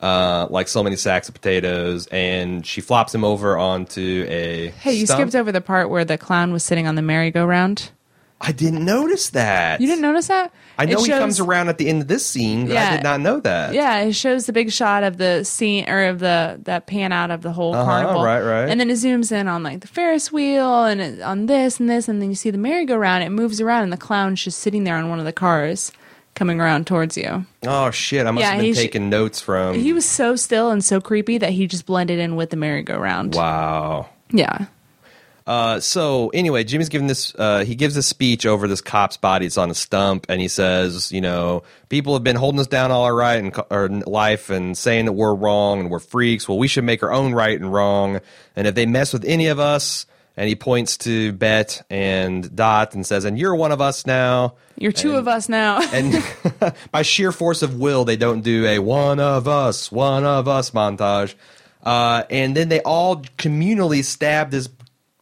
Speaker 1: uh, like so many sacks of potatoes, and she flops him over onto a.
Speaker 2: hey, you
Speaker 1: stump.
Speaker 2: skipped over the part where the clown was sitting on the merry-go-round.
Speaker 1: I didn't notice that.
Speaker 2: You didn't notice that?
Speaker 1: I know
Speaker 2: It
Speaker 1: he
Speaker 2: shows-
Speaker 1: comes around at the end of this scene, but I
Speaker 2: Yeah.
Speaker 1: did not know that.
Speaker 2: Yeah, it shows the big shot of the scene or of the that pan out of the whole carnival,
Speaker 1: Uh-huh, right, right.
Speaker 2: And then it zooms in on like the Ferris wheel and it, on this and this, and then you see the merry-go-round. It moves around, and the clown's just sitting there on one of the cars, coming around towards you.
Speaker 1: Oh shit! I must
Speaker 2: Yeah,
Speaker 1: have been
Speaker 2: he sh-
Speaker 1: taking notes from.
Speaker 2: He was so still and so creepy that he just blended in with the merry-go-round.
Speaker 1: wow.
Speaker 2: Yeah.
Speaker 1: Uh, so anyway, Jimmy's giving this. Uh, he gives a speech over this cop's body. It's on a stump, and he says, "You know, people have been holding us down all our right and our life, and saying that we're wrong and we're freaks. Well, we should make our own right and wrong. And if they mess with any of us," and he points to Bet and Dot and says, "And you're one of us now."
Speaker 2: You're two of us now.
Speaker 1: and by sheer force of will, they don't do a one of us, one of us montage. Uh, and then they all communally stab this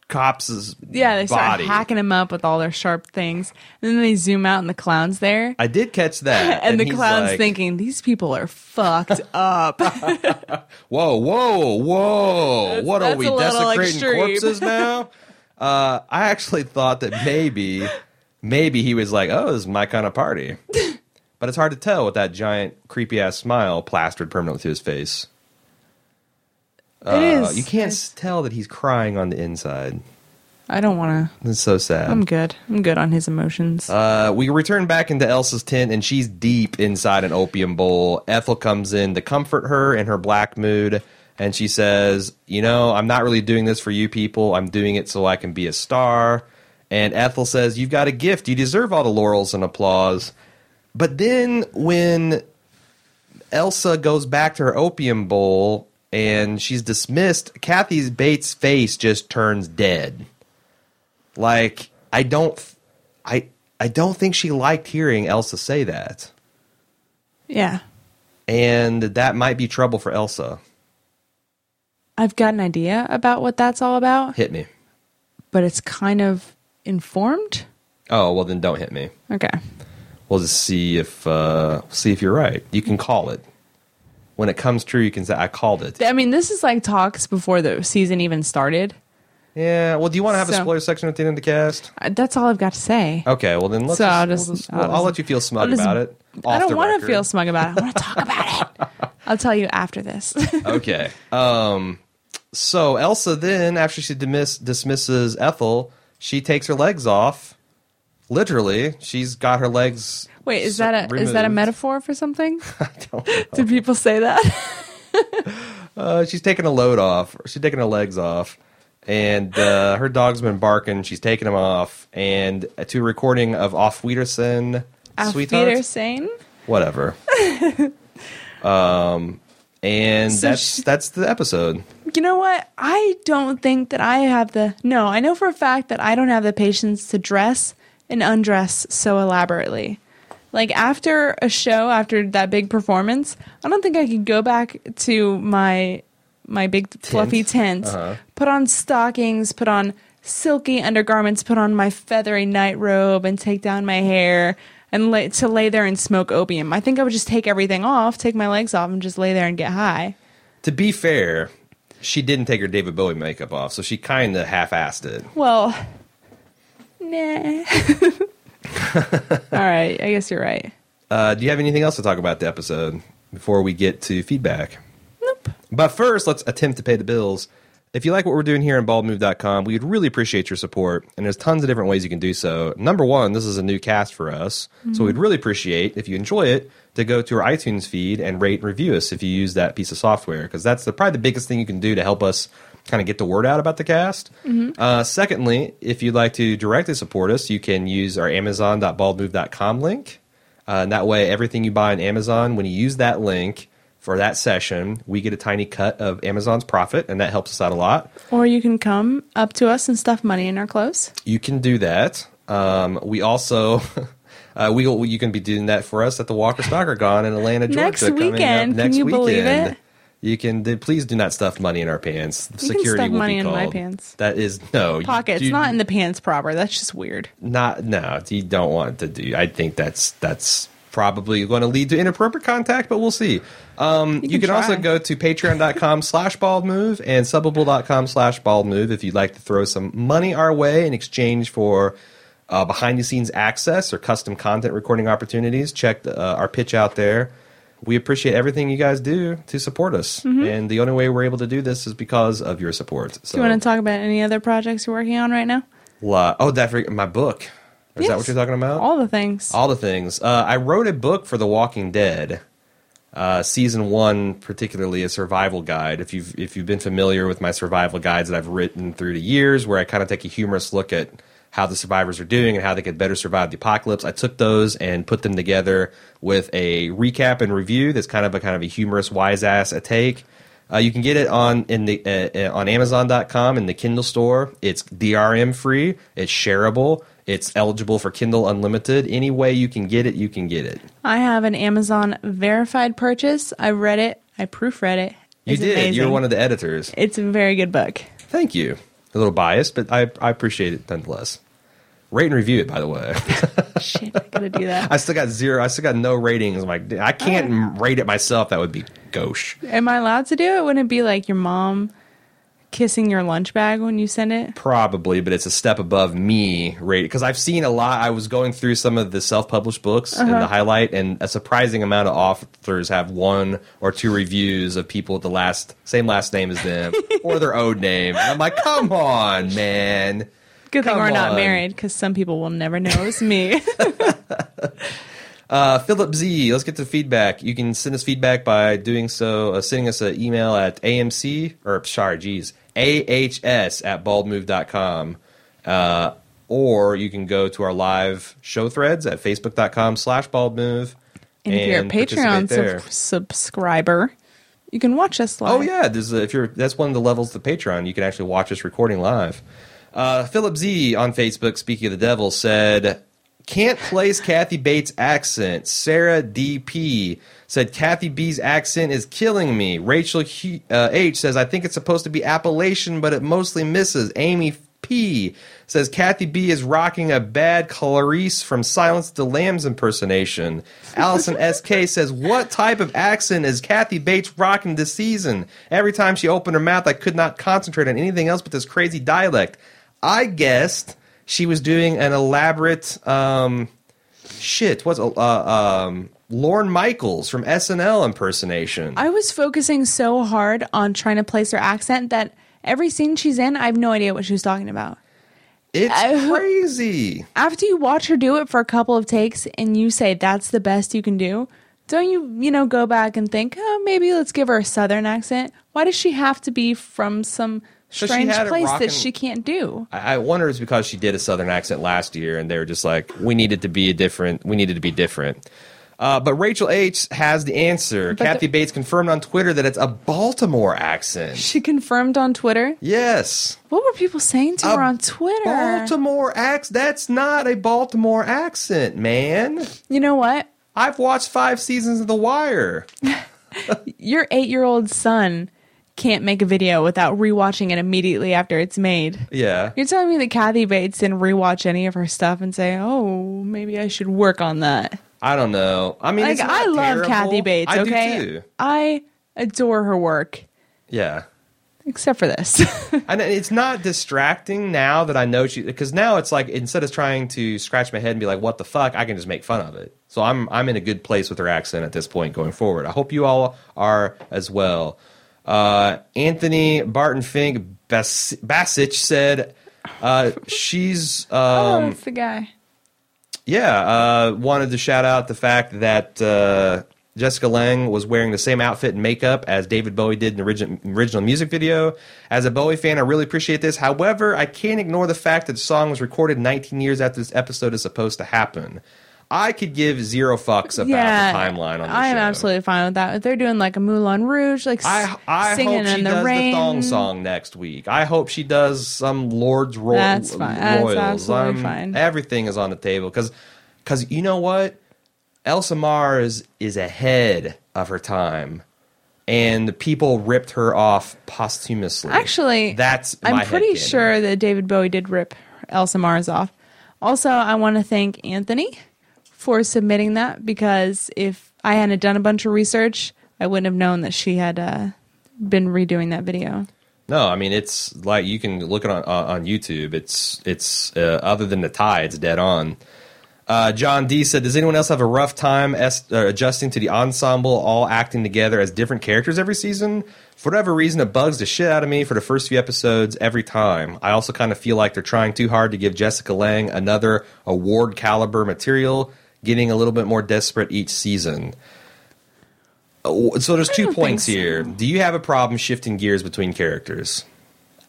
Speaker 1: cop's
Speaker 2: (laughs) yeah, they start
Speaker 1: body.
Speaker 2: hacking him up with all their sharp things. And then they zoom out and the clown's there.
Speaker 1: I did catch that.
Speaker 2: (laughs) and, the
Speaker 1: he's
Speaker 2: clown's
Speaker 1: like,
Speaker 2: thinking, these people
Speaker 1: (laughs)
Speaker 2: are fucked up.
Speaker 1: Whoa, whoa, whoa. what are
Speaker 2: that's
Speaker 1: we
Speaker 2: a little
Speaker 1: desecrating
Speaker 2: extreme. (laughs)
Speaker 1: corpses now? uh, I actually thought that maybe, maybe he was like, oh, this is my kind of
Speaker 2: (laughs)
Speaker 1: party. but it's hard to tell with that giant, creepy ass smile plastered permanently to his face.
Speaker 2: it
Speaker 1: Uh,
Speaker 2: is.
Speaker 1: you can't s tell that he's crying on the inside.
Speaker 2: I don't want to.
Speaker 1: That's so sad.
Speaker 2: I'm good. I'm good on his emotions.
Speaker 1: Uh, we return back into Elsa's tent, and she's deep inside an opium bowl. Ethel comes in to comfort her in her black mood, and she says, "You know, I'm not really doing this for you people. I'm doing it so I can be a star." And Ethel says, "You've got a gift. You deserve all the laurels and applause." But then when Elsa goes back to her opium bowl and she's dismissed, Kathy Bates' face just turns dead. Like I don't, I I don't think she liked hearing Elsa say that,
Speaker 2: yeah.
Speaker 1: and that might be trouble for Elsa.
Speaker 2: I've got an idea about what that's all about,
Speaker 1: Hit me.
Speaker 2: but it's kind of informed.
Speaker 1: Oh well, then don't hit me.
Speaker 2: Okay.
Speaker 1: We'll just see if uh, see if you're right. You can call it when it comes true. You can say I called it.
Speaker 2: I mean, this is like talks before the season even started.
Speaker 1: Yeah. Well, do you want to have a
Speaker 2: So-
Speaker 1: spoiler section at the end of the cast?
Speaker 2: Uh, That's all I've got to say.
Speaker 1: Okay. Well, then let's.
Speaker 2: So
Speaker 1: just,
Speaker 2: I'll
Speaker 1: we'll
Speaker 2: just-
Speaker 1: just-
Speaker 2: I'll
Speaker 1: well, I'll
Speaker 2: just-
Speaker 1: let you feel smug
Speaker 2: I'll just-
Speaker 1: about it.
Speaker 2: I
Speaker 1: off
Speaker 2: don't
Speaker 1: the
Speaker 2: want to
Speaker 1: record.
Speaker 2: feel smug about it.
Speaker 1: (laughs)
Speaker 2: I want to talk about it. I'll tell you after this. (laughs)
Speaker 1: okay. Um, so Elsa then, after she dismiss, dismisses Ethel, she takes her legs off. Literally, she's got her legs.
Speaker 2: Wait, is
Speaker 1: so-
Speaker 2: that a is that a
Speaker 1: removed.
Speaker 2: metaphor
Speaker 1: (laughs)
Speaker 2: for something? Do people say that?
Speaker 1: Uh, she's taking a load off. She's taking her legs off, and uh, her dog's been barking. She's taking them off, and uh, to a recording of "Off Wiedersehen," sweetheart,
Speaker 2: saying (laughs)
Speaker 1: whatever. um, and
Speaker 2: So
Speaker 1: that's
Speaker 2: she-
Speaker 1: that's the episode.
Speaker 2: You know what? I don't think that I have the No, I know for a fact that I don't have the patience to dress and undress so elaborately. Like after a show, after that big performance, I don't think I could go back to my my big fluffy tent, put on stockings, put on silky undergarments, put on my feathery nightrobe and take down my hair and lay, to lay there and smoke opium. I think I would just take everything off, take my legs off and just lay there and get high.
Speaker 1: To be fair, she didn't take her David Bowie makeup off, so she kind of half-assed it.
Speaker 2: Well, nah. (laughs) All right, I guess you're right.
Speaker 1: Uh, do you have anything else to talk about the episode before we get to feedback?
Speaker 2: Nope.
Speaker 1: But first, let's attempt to pay the bills. If you like what we're doing here on baldmove.com, we'd really appreciate your support. And there's tons of different ways you can do so. Number one, this is a new cast for us. So we'd really appreciate, if you enjoy it, to go to our iTunes feed and rate and review us if you use that piece of software, because that's the, probably the biggest thing you can do to help us kind of get the word out about the cast. Uh, secondly, if you'd like to directly support us, you can use our amazon.baldmove.com link. Uh, and that way, everything you buy on Amazon, when you use that link for that session, we get a tiny cut of Amazon's profit, and that helps us out a lot.
Speaker 2: Or you can come up to us and stuff money in our clothes.
Speaker 1: You can do that. Um, we also. (laughs) Uh, we will- you can be doing that for us at the Walker Stalker Con in Atlanta, Georgia.
Speaker 2: Next
Speaker 1: coming up
Speaker 2: weekend. Can
Speaker 1: next
Speaker 2: you believe
Speaker 1: weekend.
Speaker 2: it?
Speaker 1: You can do, please do not stuff money in our pants.
Speaker 2: can
Speaker 1: Security
Speaker 2: stuff
Speaker 1: will
Speaker 2: money
Speaker 1: be
Speaker 2: in
Speaker 1: called.
Speaker 2: my pants.
Speaker 1: That is no you
Speaker 2: Pockets,
Speaker 1: do
Speaker 2: not in the pants proper. That's just weird.
Speaker 1: not no you don't want to do i think that's that's probably going to lead to inappropriate contact but we'll see um you can,
Speaker 2: can try.
Speaker 1: also go to patreon.com slash bald move and subable.com slash bald move if you'd like to throw some money our way in exchange for uh, behind the scenes access or custom content recording opportunities check the, uh, our pitch out there we appreciate everything you guys do to support us
Speaker 2: Mm-hmm.
Speaker 1: and the only way we're able to do this is because of your support so
Speaker 2: Do you want to talk about any other projects you're working on right now?
Speaker 1: La- oh that my book Or Is that what
Speaker 2: Yes.
Speaker 1: you're talking about?
Speaker 2: All the things.
Speaker 1: All the things. Uh, I wrote a book for The Walking Dead, uh, season one, particularly a survival guide. If you've if you've been familiar with my survival guides that I've written through the years, where I kind of take a humorous look at how the survivors are doing and how they could better survive the apocalypse, I took those and put them together with a recap and review. That's kind of a kind of a humorous, wise ass a take. Uh, you can get it on in the uh, uh, on Amazon.com in the Kindle store. It's DRM free. It's shareable. It's eligible for Kindle Unlimited. Any way you can get it, you can get it.
Speaker 2: I have an Amazon verified purchase. I read it. I proofread it.
Speaker 1: You
Speaker 2: It's
Speaker 1: did. You're
Speaker 2: amazing.
Speaker 1: one of the editors.
Speaker 2: It's a very
Speaker 1: (laughs)
Speaker 2: good book.
Speaker 1: Thank you. A little biased, but I, I appreciate it nonetheless. Rate and review it, by the way.
Speaker 2: Shit, I gotta do
Speaker 1: I
Speaker 2: that.
Speaker 1: still got zero. I still got no ratings. I'm like, I can't m- rate it myself. That would be gauche.
Speaker 2: Am I allowed to do it? Wouldn't it be like your mom kissing your lunch bag when you send it?
Speaker 1: probably, but it's a step above me rate because I've seen a lot. I was going through some of the self-published books in the highlight, and a surprising amount of authors have one or two reviews of people with the last same last name as them or their own name. And I'm like, come on, man.
Speaker 2: Good thing
Speaker 1: Come
Speaker 2: we're
Speaker 1: on.
Speaker 2: not married because some people will never know
Speaker 1: (laughs)
Speaker 2: it's me.
Speaker 1: Uh, Philip Z, let's get to feedback. You can send us feedback by doing so, uh, sending us an email at AMC, or sorry, geez, AHS at baldmove.com. Uh, or you can go to our live show threads at facebook.com slash baldmove.
Speaker 2: and if you're a Patreon
Speaker 1: participate there.
Speaker 2: sub- subscriber, you can watch us live.
Speaker 1: Oh yeah, there's a, if you're that's one of the levels of the Patreon. You can actually watch us recording live. Uh, Philip Z on Facebook, speaking of the devil, said can't place Kathy Bates' accent. Sarah DP said Kathy B's accent is killing me. Rachel H, uh, H says I think it's supposed to be Appalachian, but it mostly misses. Amy P says Kathy B is rocking a bad Clarice from Silence of the Lambs impersonation. Allison SK says, What type of accent is Kathy Bates rocking this season? Every time she opened her mouth, I could not concentrate on anything else but this crazy dialect. I guessed she was doing an elaborate um, shit. What's uh, um, Lorne Michaels from SNL impersonation?
Speaker 2: I was focusing so hard on trying to place her accent that every scene she's in, I have no idea what she was talking about.
Speaker 1: It's
Speaker 2: I-
Speaker 1: crazy.
Speaker 2: After you watch her do it for a couple of takes and you say that's the best you can do, don't you, you know, go back and think, oh, maybe let's give her a southern accent? Why does she have to be from some
Speaker 1: So she
Speaker 2: strange
Speaker 1: had it
Speaker 2: place
Speaker 1: rockin'-
Speaker 2: that she can't do?
Speaker 1: I I wonder is because she did a southern accent last year, and they were just like, we needed to be a different. We needed to be different. Uh, but Rachel H has the answer.
Speaker 2: But
Speaker 1: Kathy
Speaker 2: the-
Speaker 1: Bates confirmed on Twitter that it's a Baltimore accent.
Speaker 2: She confirmed on Twitter.
Speaker 1: Yes,
Speaker 2: What were people saying to her
Speaker 1: A
Speaker 2: on Twitter?
Speaker 1: Baltimore accent. That's not a Baltimore accent, man.
Speaker 2: You know what?
Speaker 1: I've watched five seasons of The Wire.
Speaker 2: Your eight year old son can't make a video without rewatching it immediately after it's made.
Speaker 1: Yeah,
Speaker 2: You're telling me that Kathy Bates didn't rewatch any of her stuff and say, "Oh, maybe I should work on that."
Speaker 1: I don't know. I mean,
Speaker 2: Like
Speaker 1: it's not
Speaker 2: I love
Speaker 1: terrible.
Speaker 2: Kathy Bates.
Speaker 1: I do
Speaker 2: okay,
Speaker 1: too.
Speaker 2: I adore her work,
Speaker 1: Yeah.
Speaker 2: except for this. (laughs)
Speaker 1: and it's not distracting now that I know she because now it's like instead of trying to scratch my head and be like what the fuck I can just make fun of it. So I'm I'm in a good place with her accent at this point going forward. I hope you all are as well. Uh, Anthony Barton Fink Bas- Basich said uh, she's
Speaker 2: oh,
Speaker 1: um,
Speaker 2: that's the guy.
Speaker 1: yeah, uh, wanted to shout out the fact that uh, Jessica Lang was wearing the same outfit and makeup as David Bowie did in the origin- original music video. As a Bowie fan, I really appreciate this. However, I can't ignore the fact that the song was recorded 19 years after this episode is supposed to happen. I could give zero fucks about the timeline on this
Speaker 2: I am
Speaker 1: show.
Speaker 2: absolutely fine with that. If they're doing like a Moulin Rouge, like
Speaker 1: I, I
Speaker 2: singing
Speaker 1: hope she
Speaker 2: in the
Speaker 1: does
Speaker 2: rain,
Speaker 1: the thong song next week. I hope she does some Lord's Royal.
Speaker 2: That's fine. That's absolutely fine.
Speaker 1: Everything is on the table because, because you know what, Elsa Mars is ahead of her time, and the people ripped her off posthumously.
Speaker 2: Actually,
Speaker 1: that's my
Speaker 2: I'm pretty
Speaker 1: headcanon.
Speaker 2: sure that David Bowie did rip Elsa Mars off. Also, I want to thank Anthony for submitting that because if I hadn't done a bunch of research, I wouldn't have known that she had uh, been redoing that video.
Speaker 1: No, I mean it's like you can look it on on on YouTube. It's it's uh, other than the tie, it's dead on. Uh, John D said, "Does anyone else have a rough time est- uh, adjusting to the ensemble all acting together as different characters every season? For whatever reason, it bugs the shit out of me for the first few episodes every time. I also kind of feel like they're trying too hard to give Jessica Lang another award caliber material, getting a little bit more desperate each season." Uh, w- So there's two
Speaker 2: don't
Speaker 1: points
Speaker 2: think so.
Speaker 1: here. Do you have a problem shifting gears between characters?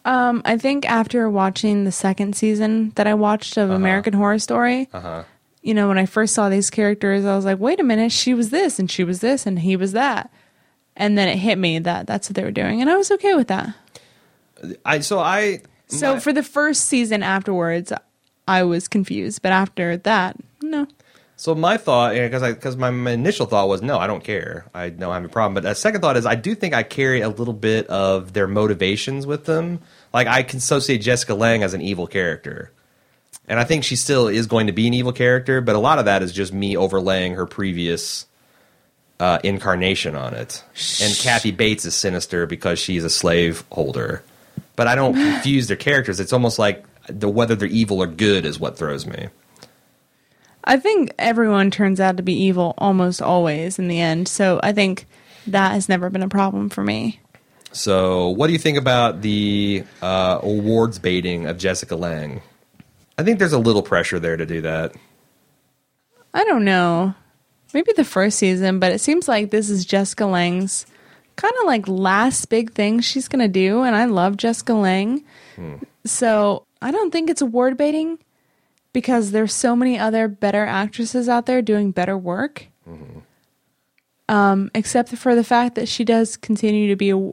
Speaker 2: Um, I think after watching the second season that I watched of American Horror Story, you know, when I first saw these characters, I was like, wait a minute, she was this and she was this and he was that. And then it hit me that that's what they were doing. And I was okay with that.
Speaker 1: I so I
Speaker 2: So
Speaker 1: my-
Speaker 2: for the first season afterwards, I was confused. But after that, no.
Speaker 1: So my thought, because I because my, my initial thought was no, I don't care. I don't have a problem. But a second thought is I do think I carry a little bit of their motivations with them. Like I can associate Jessica Lang as an evil character, and I think she still is going to be an evil character. But a lot of that is just me overlaying her previous uh, incarnation on it. And Kathy Bates is sinister because she's a slave holder. But I don't confuse their characters. It's almost like the whether they're evil or good is what throws me.
Speaker 2: I think everyone turns out to be evil almost always in the end. So I think that has never been a problem for me.
Speaker 1: So, what do you think about the uh, awards baiting of Jessica Lang? I think there's a little pressure there to do that.
Speaker 2: I don't know. Maybe the first season, but it seems like this is Jessica Lang's kind of like last big thing she's going to do. And I love Jessica Lang. So I don't think it's award baiting because there's so many other better actresses out there doing better work. Um, except for the fact that she does continue to be a,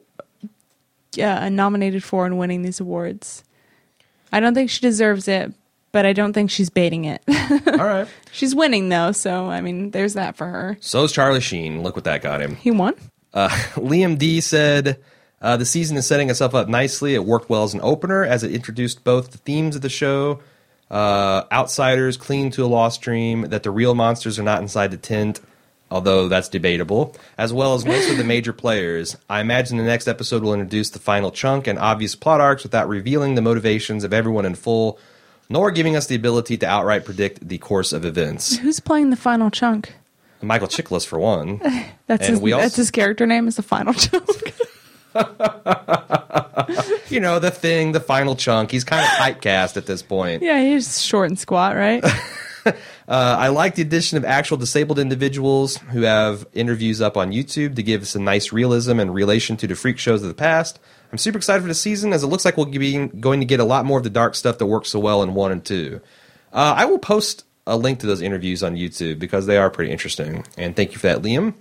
Speaker 2: yeah, nominated for and winning these awards. I don't think she deserves it, but I don't think she's baiting it.
Speaker 1: (laughs)
Speaker 2: (laughs)
Speaker 1: All right.
Speaker 2: She's winning though, so I mean, there's that for her.
Speaker 1: So's Charlie Sheen. Look what that got him.
Speaker 2: He won.
Speaker 1: Liam D said, uh, "The season is setting itself up nicely. It worked well as an opener as it introduced both the themes of the show, uh, outsiders cling to a lost dream, that the real monsters are not inside the tent, although that's debatable, as well as most of the major players. I imagine the next episode will introduce the final chunk and obvious plot arcs without revealing the motivations of everyone in full." Nor giving us the ability to outright predict the course of events.
Speaker 2: Who's playing the final chunk?
Speaker 1: Michael Chiklis, for one.
Speaker 2: That's
Speaker 1: And
Speaker 2: his,
Speaker 1: we also-
Speaker 2: that's his character name is the final (laughs) chunk.
Speaker 1: you know, the thing, the final chunk. He's kind of typecast at this point.
Speaker 2: yeah, he's short and squat, right?
Speaker 1: (laughs) Uh, I like the addition of actual disabled individuals who have interviews up on YouTube to give some nice realism and relation to the freak shows of the past. I'm super excited for the season as it looks like we'll be going to get a lot more of the dark stuff that works so well in one and two. Uh, I will post a link to those interviews on YouTube because they are pretty interesting. And thank you for that, Liam.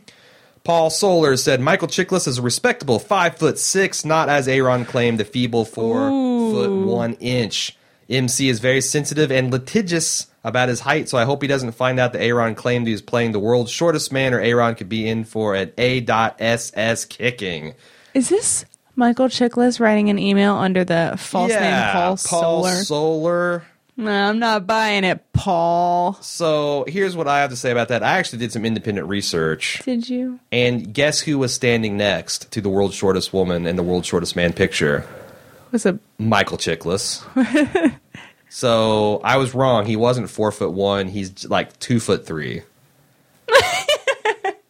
Speaker 1: Paul Solar said Michael Chiklis is a respectable five foot six, not as Aaron claimed, the feeble four foot one inch. MC is very sensitive and litigious about his height, so I hope he doesn't find out that Aaron claimed he was playing the world's shortest man, or Aaron could be in for an A.SS kicking.
Speaker 2: is this Michael Chiklis writing an email under the false name Paul, Solar?
Speaker 1: Solar.
Speaker 2: no, I'm not buying it, Paul.
Speaker 1: So here's what I have to say about that. I actually did some independent research.
Speaker 2: Did you?
Speaker 1: And guess who was standing next to the world's shortest woman and the world's shortest man picture?
Speaker 2: Was a
Speaker 1: Michael
Speaker 2: (laughs)
Speaker 1: Chiklis. so I was wrong. He wasn't four foot one. He's like two foot
Speaker 2: (laughs)
Speaker 1: three.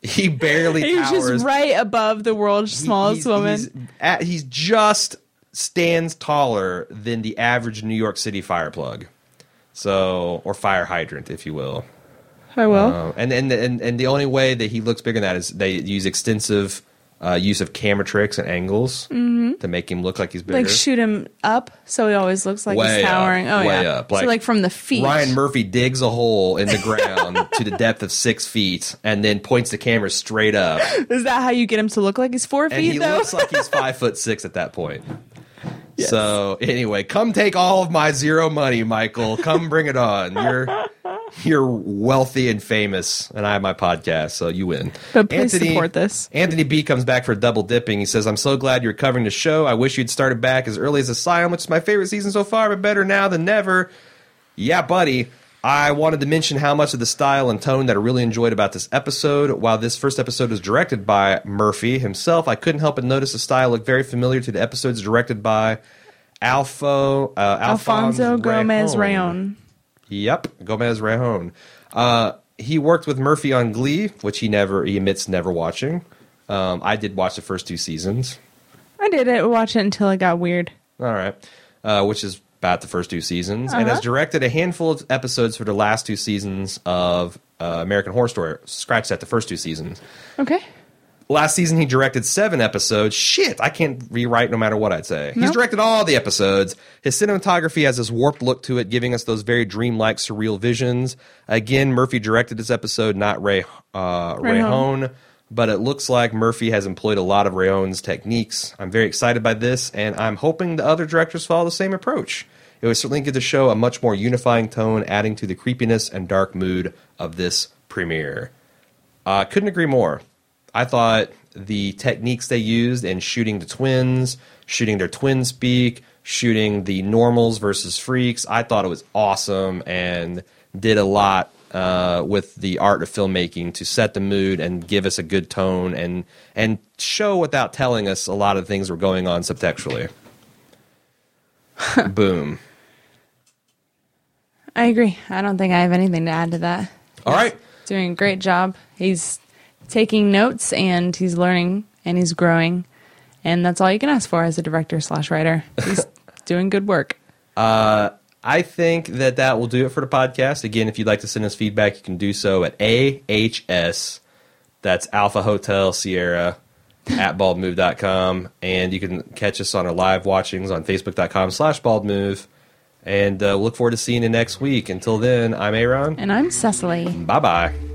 Speaker 1: he barely
Speaker 2: he was
Speaker 1: towers.
Speaker 2: just right above the world's
Speaker 1: He-
Speaker 2: smallest
Speaker 1: he's-
Speaker 2: woman.
Speaker 1: He's, at, he's just stands taller than the average New York City fire plug. So, or fire hydrant, if you will.
Speaker 2: I will.
Speaker 1: Um, and, and and and the only way that he looks bigger than that is they use extensive uh, use of camera tricks and angles to make him look like he's bigger.
Speaker 2: Mm-hmm. like shoot him up, so he always looks like
Speaker 1: Way
Speaker 2: he's
Speaker 1: up,
Speaker 2: towering. oh
Speaker 1: way
Speaker 2: yeah,
Speaker 1: up,
Speaker 2: so
Speaker 1: like
Speaker 2: like from the feet.
Speaker 1: Ryan Murphy digs a hole in the ground to the depth of six feet and then points the camera straight up.
Speaker 2: (laughs) (laughs) Is that how you get him to look like he's four
Speaker 1: And
Speaker 2: feet
Speaker 1: he
Speaker 2: though?
Speaker 1: looks like he's five foot six at that point. So anyway, come take all of my zero money, Michael. Come bring it on.
Speaker 2: (laughs)
Speaker 1: You're you're wealthy and famous, and I have my podcast, so you win.
Speaker 2: But please support this.
Speaker 1: Anthony B comes back for double dipping. He says, "I'm so glad you're covering the show. I wish you'd started back as early as Asylum, which is my favorite season so far, but better now than never." Yeah, buddy. I wanted to mention how much of the style and tone that I really enjoyed about this episode. While this first episode was directed by Murphy himself, I couldn't help but notice the style looked very familiar to the episodes directed by Alfo, uh,
Speaker 2: Alfonso Gomez Rayon.
Speaker 1: Yep, Gomez Rayon. Uh, he worked with Murphy on Glee, which he never he admits never watching. Um, I did watch the first two seasons.
Speaker 2: I did it. Watch it until it got weird.
Speaker 1: All right, uh, which is about the first two seasons, and
Speaker 2: Uh-huh.
Speaker 1: has directed a handful of episodes for the last two seasons of uh, American Horror Story. Scratch that, the first two seasons.
Speaker 2: Okay.
Speaker 1: Last season, he directed seven episodes. Shit, I can't rewrite no matter what I'd say. He's
Speaker 2: No.
Speaker 1: directed all the episodes. His cinematography has this warped look to it, giving us those very dreamlike, surreal visions. Again, Murphy directed this episode, not Ray, uh,
Speaker 2: Ray
Speaker 1: Rayhon, but it looks like Murphy has employed a lot of Rayon's techniques. I'm very excited by this, and I'm hoping the other directors follow the same approach. It would certainly give the show a much more unifying tone, adding to the creepiness and dark mood of this premiere. Uh, couldn't agree more. I thought the techniques they used in shooting the twins, shooting their twin speak, shooting the normals versus freaks, I thought it was awesome and did a lot uh, with the art of filmmaking to set the mood and give us a good tone and and show without telling us a lot of things were going on subtextually. Boom.
Speaker 2: I agree. I don't think I have anything to add to that.
Speaker 1: All right.
Speaker 2: Doing a great job. He's taking notes and he's learning and he's growing. And that's all you can ask for as a director slash writer. He's (laughs) doing good work.
Speaker 1: I think that that will do it for the podcast. Again, if you'd like to send us feedback, you can do so at AHS, that's Alpha Hotel Sierra, at baldmove.com. And you can catch us on our live watchings on facebook.com slash baldmove. And uh, look forward to seeing you next week. Until then, I'm Aaron.
Speaker 2: And I'm Cecily.
Speaker 1: Bye bye.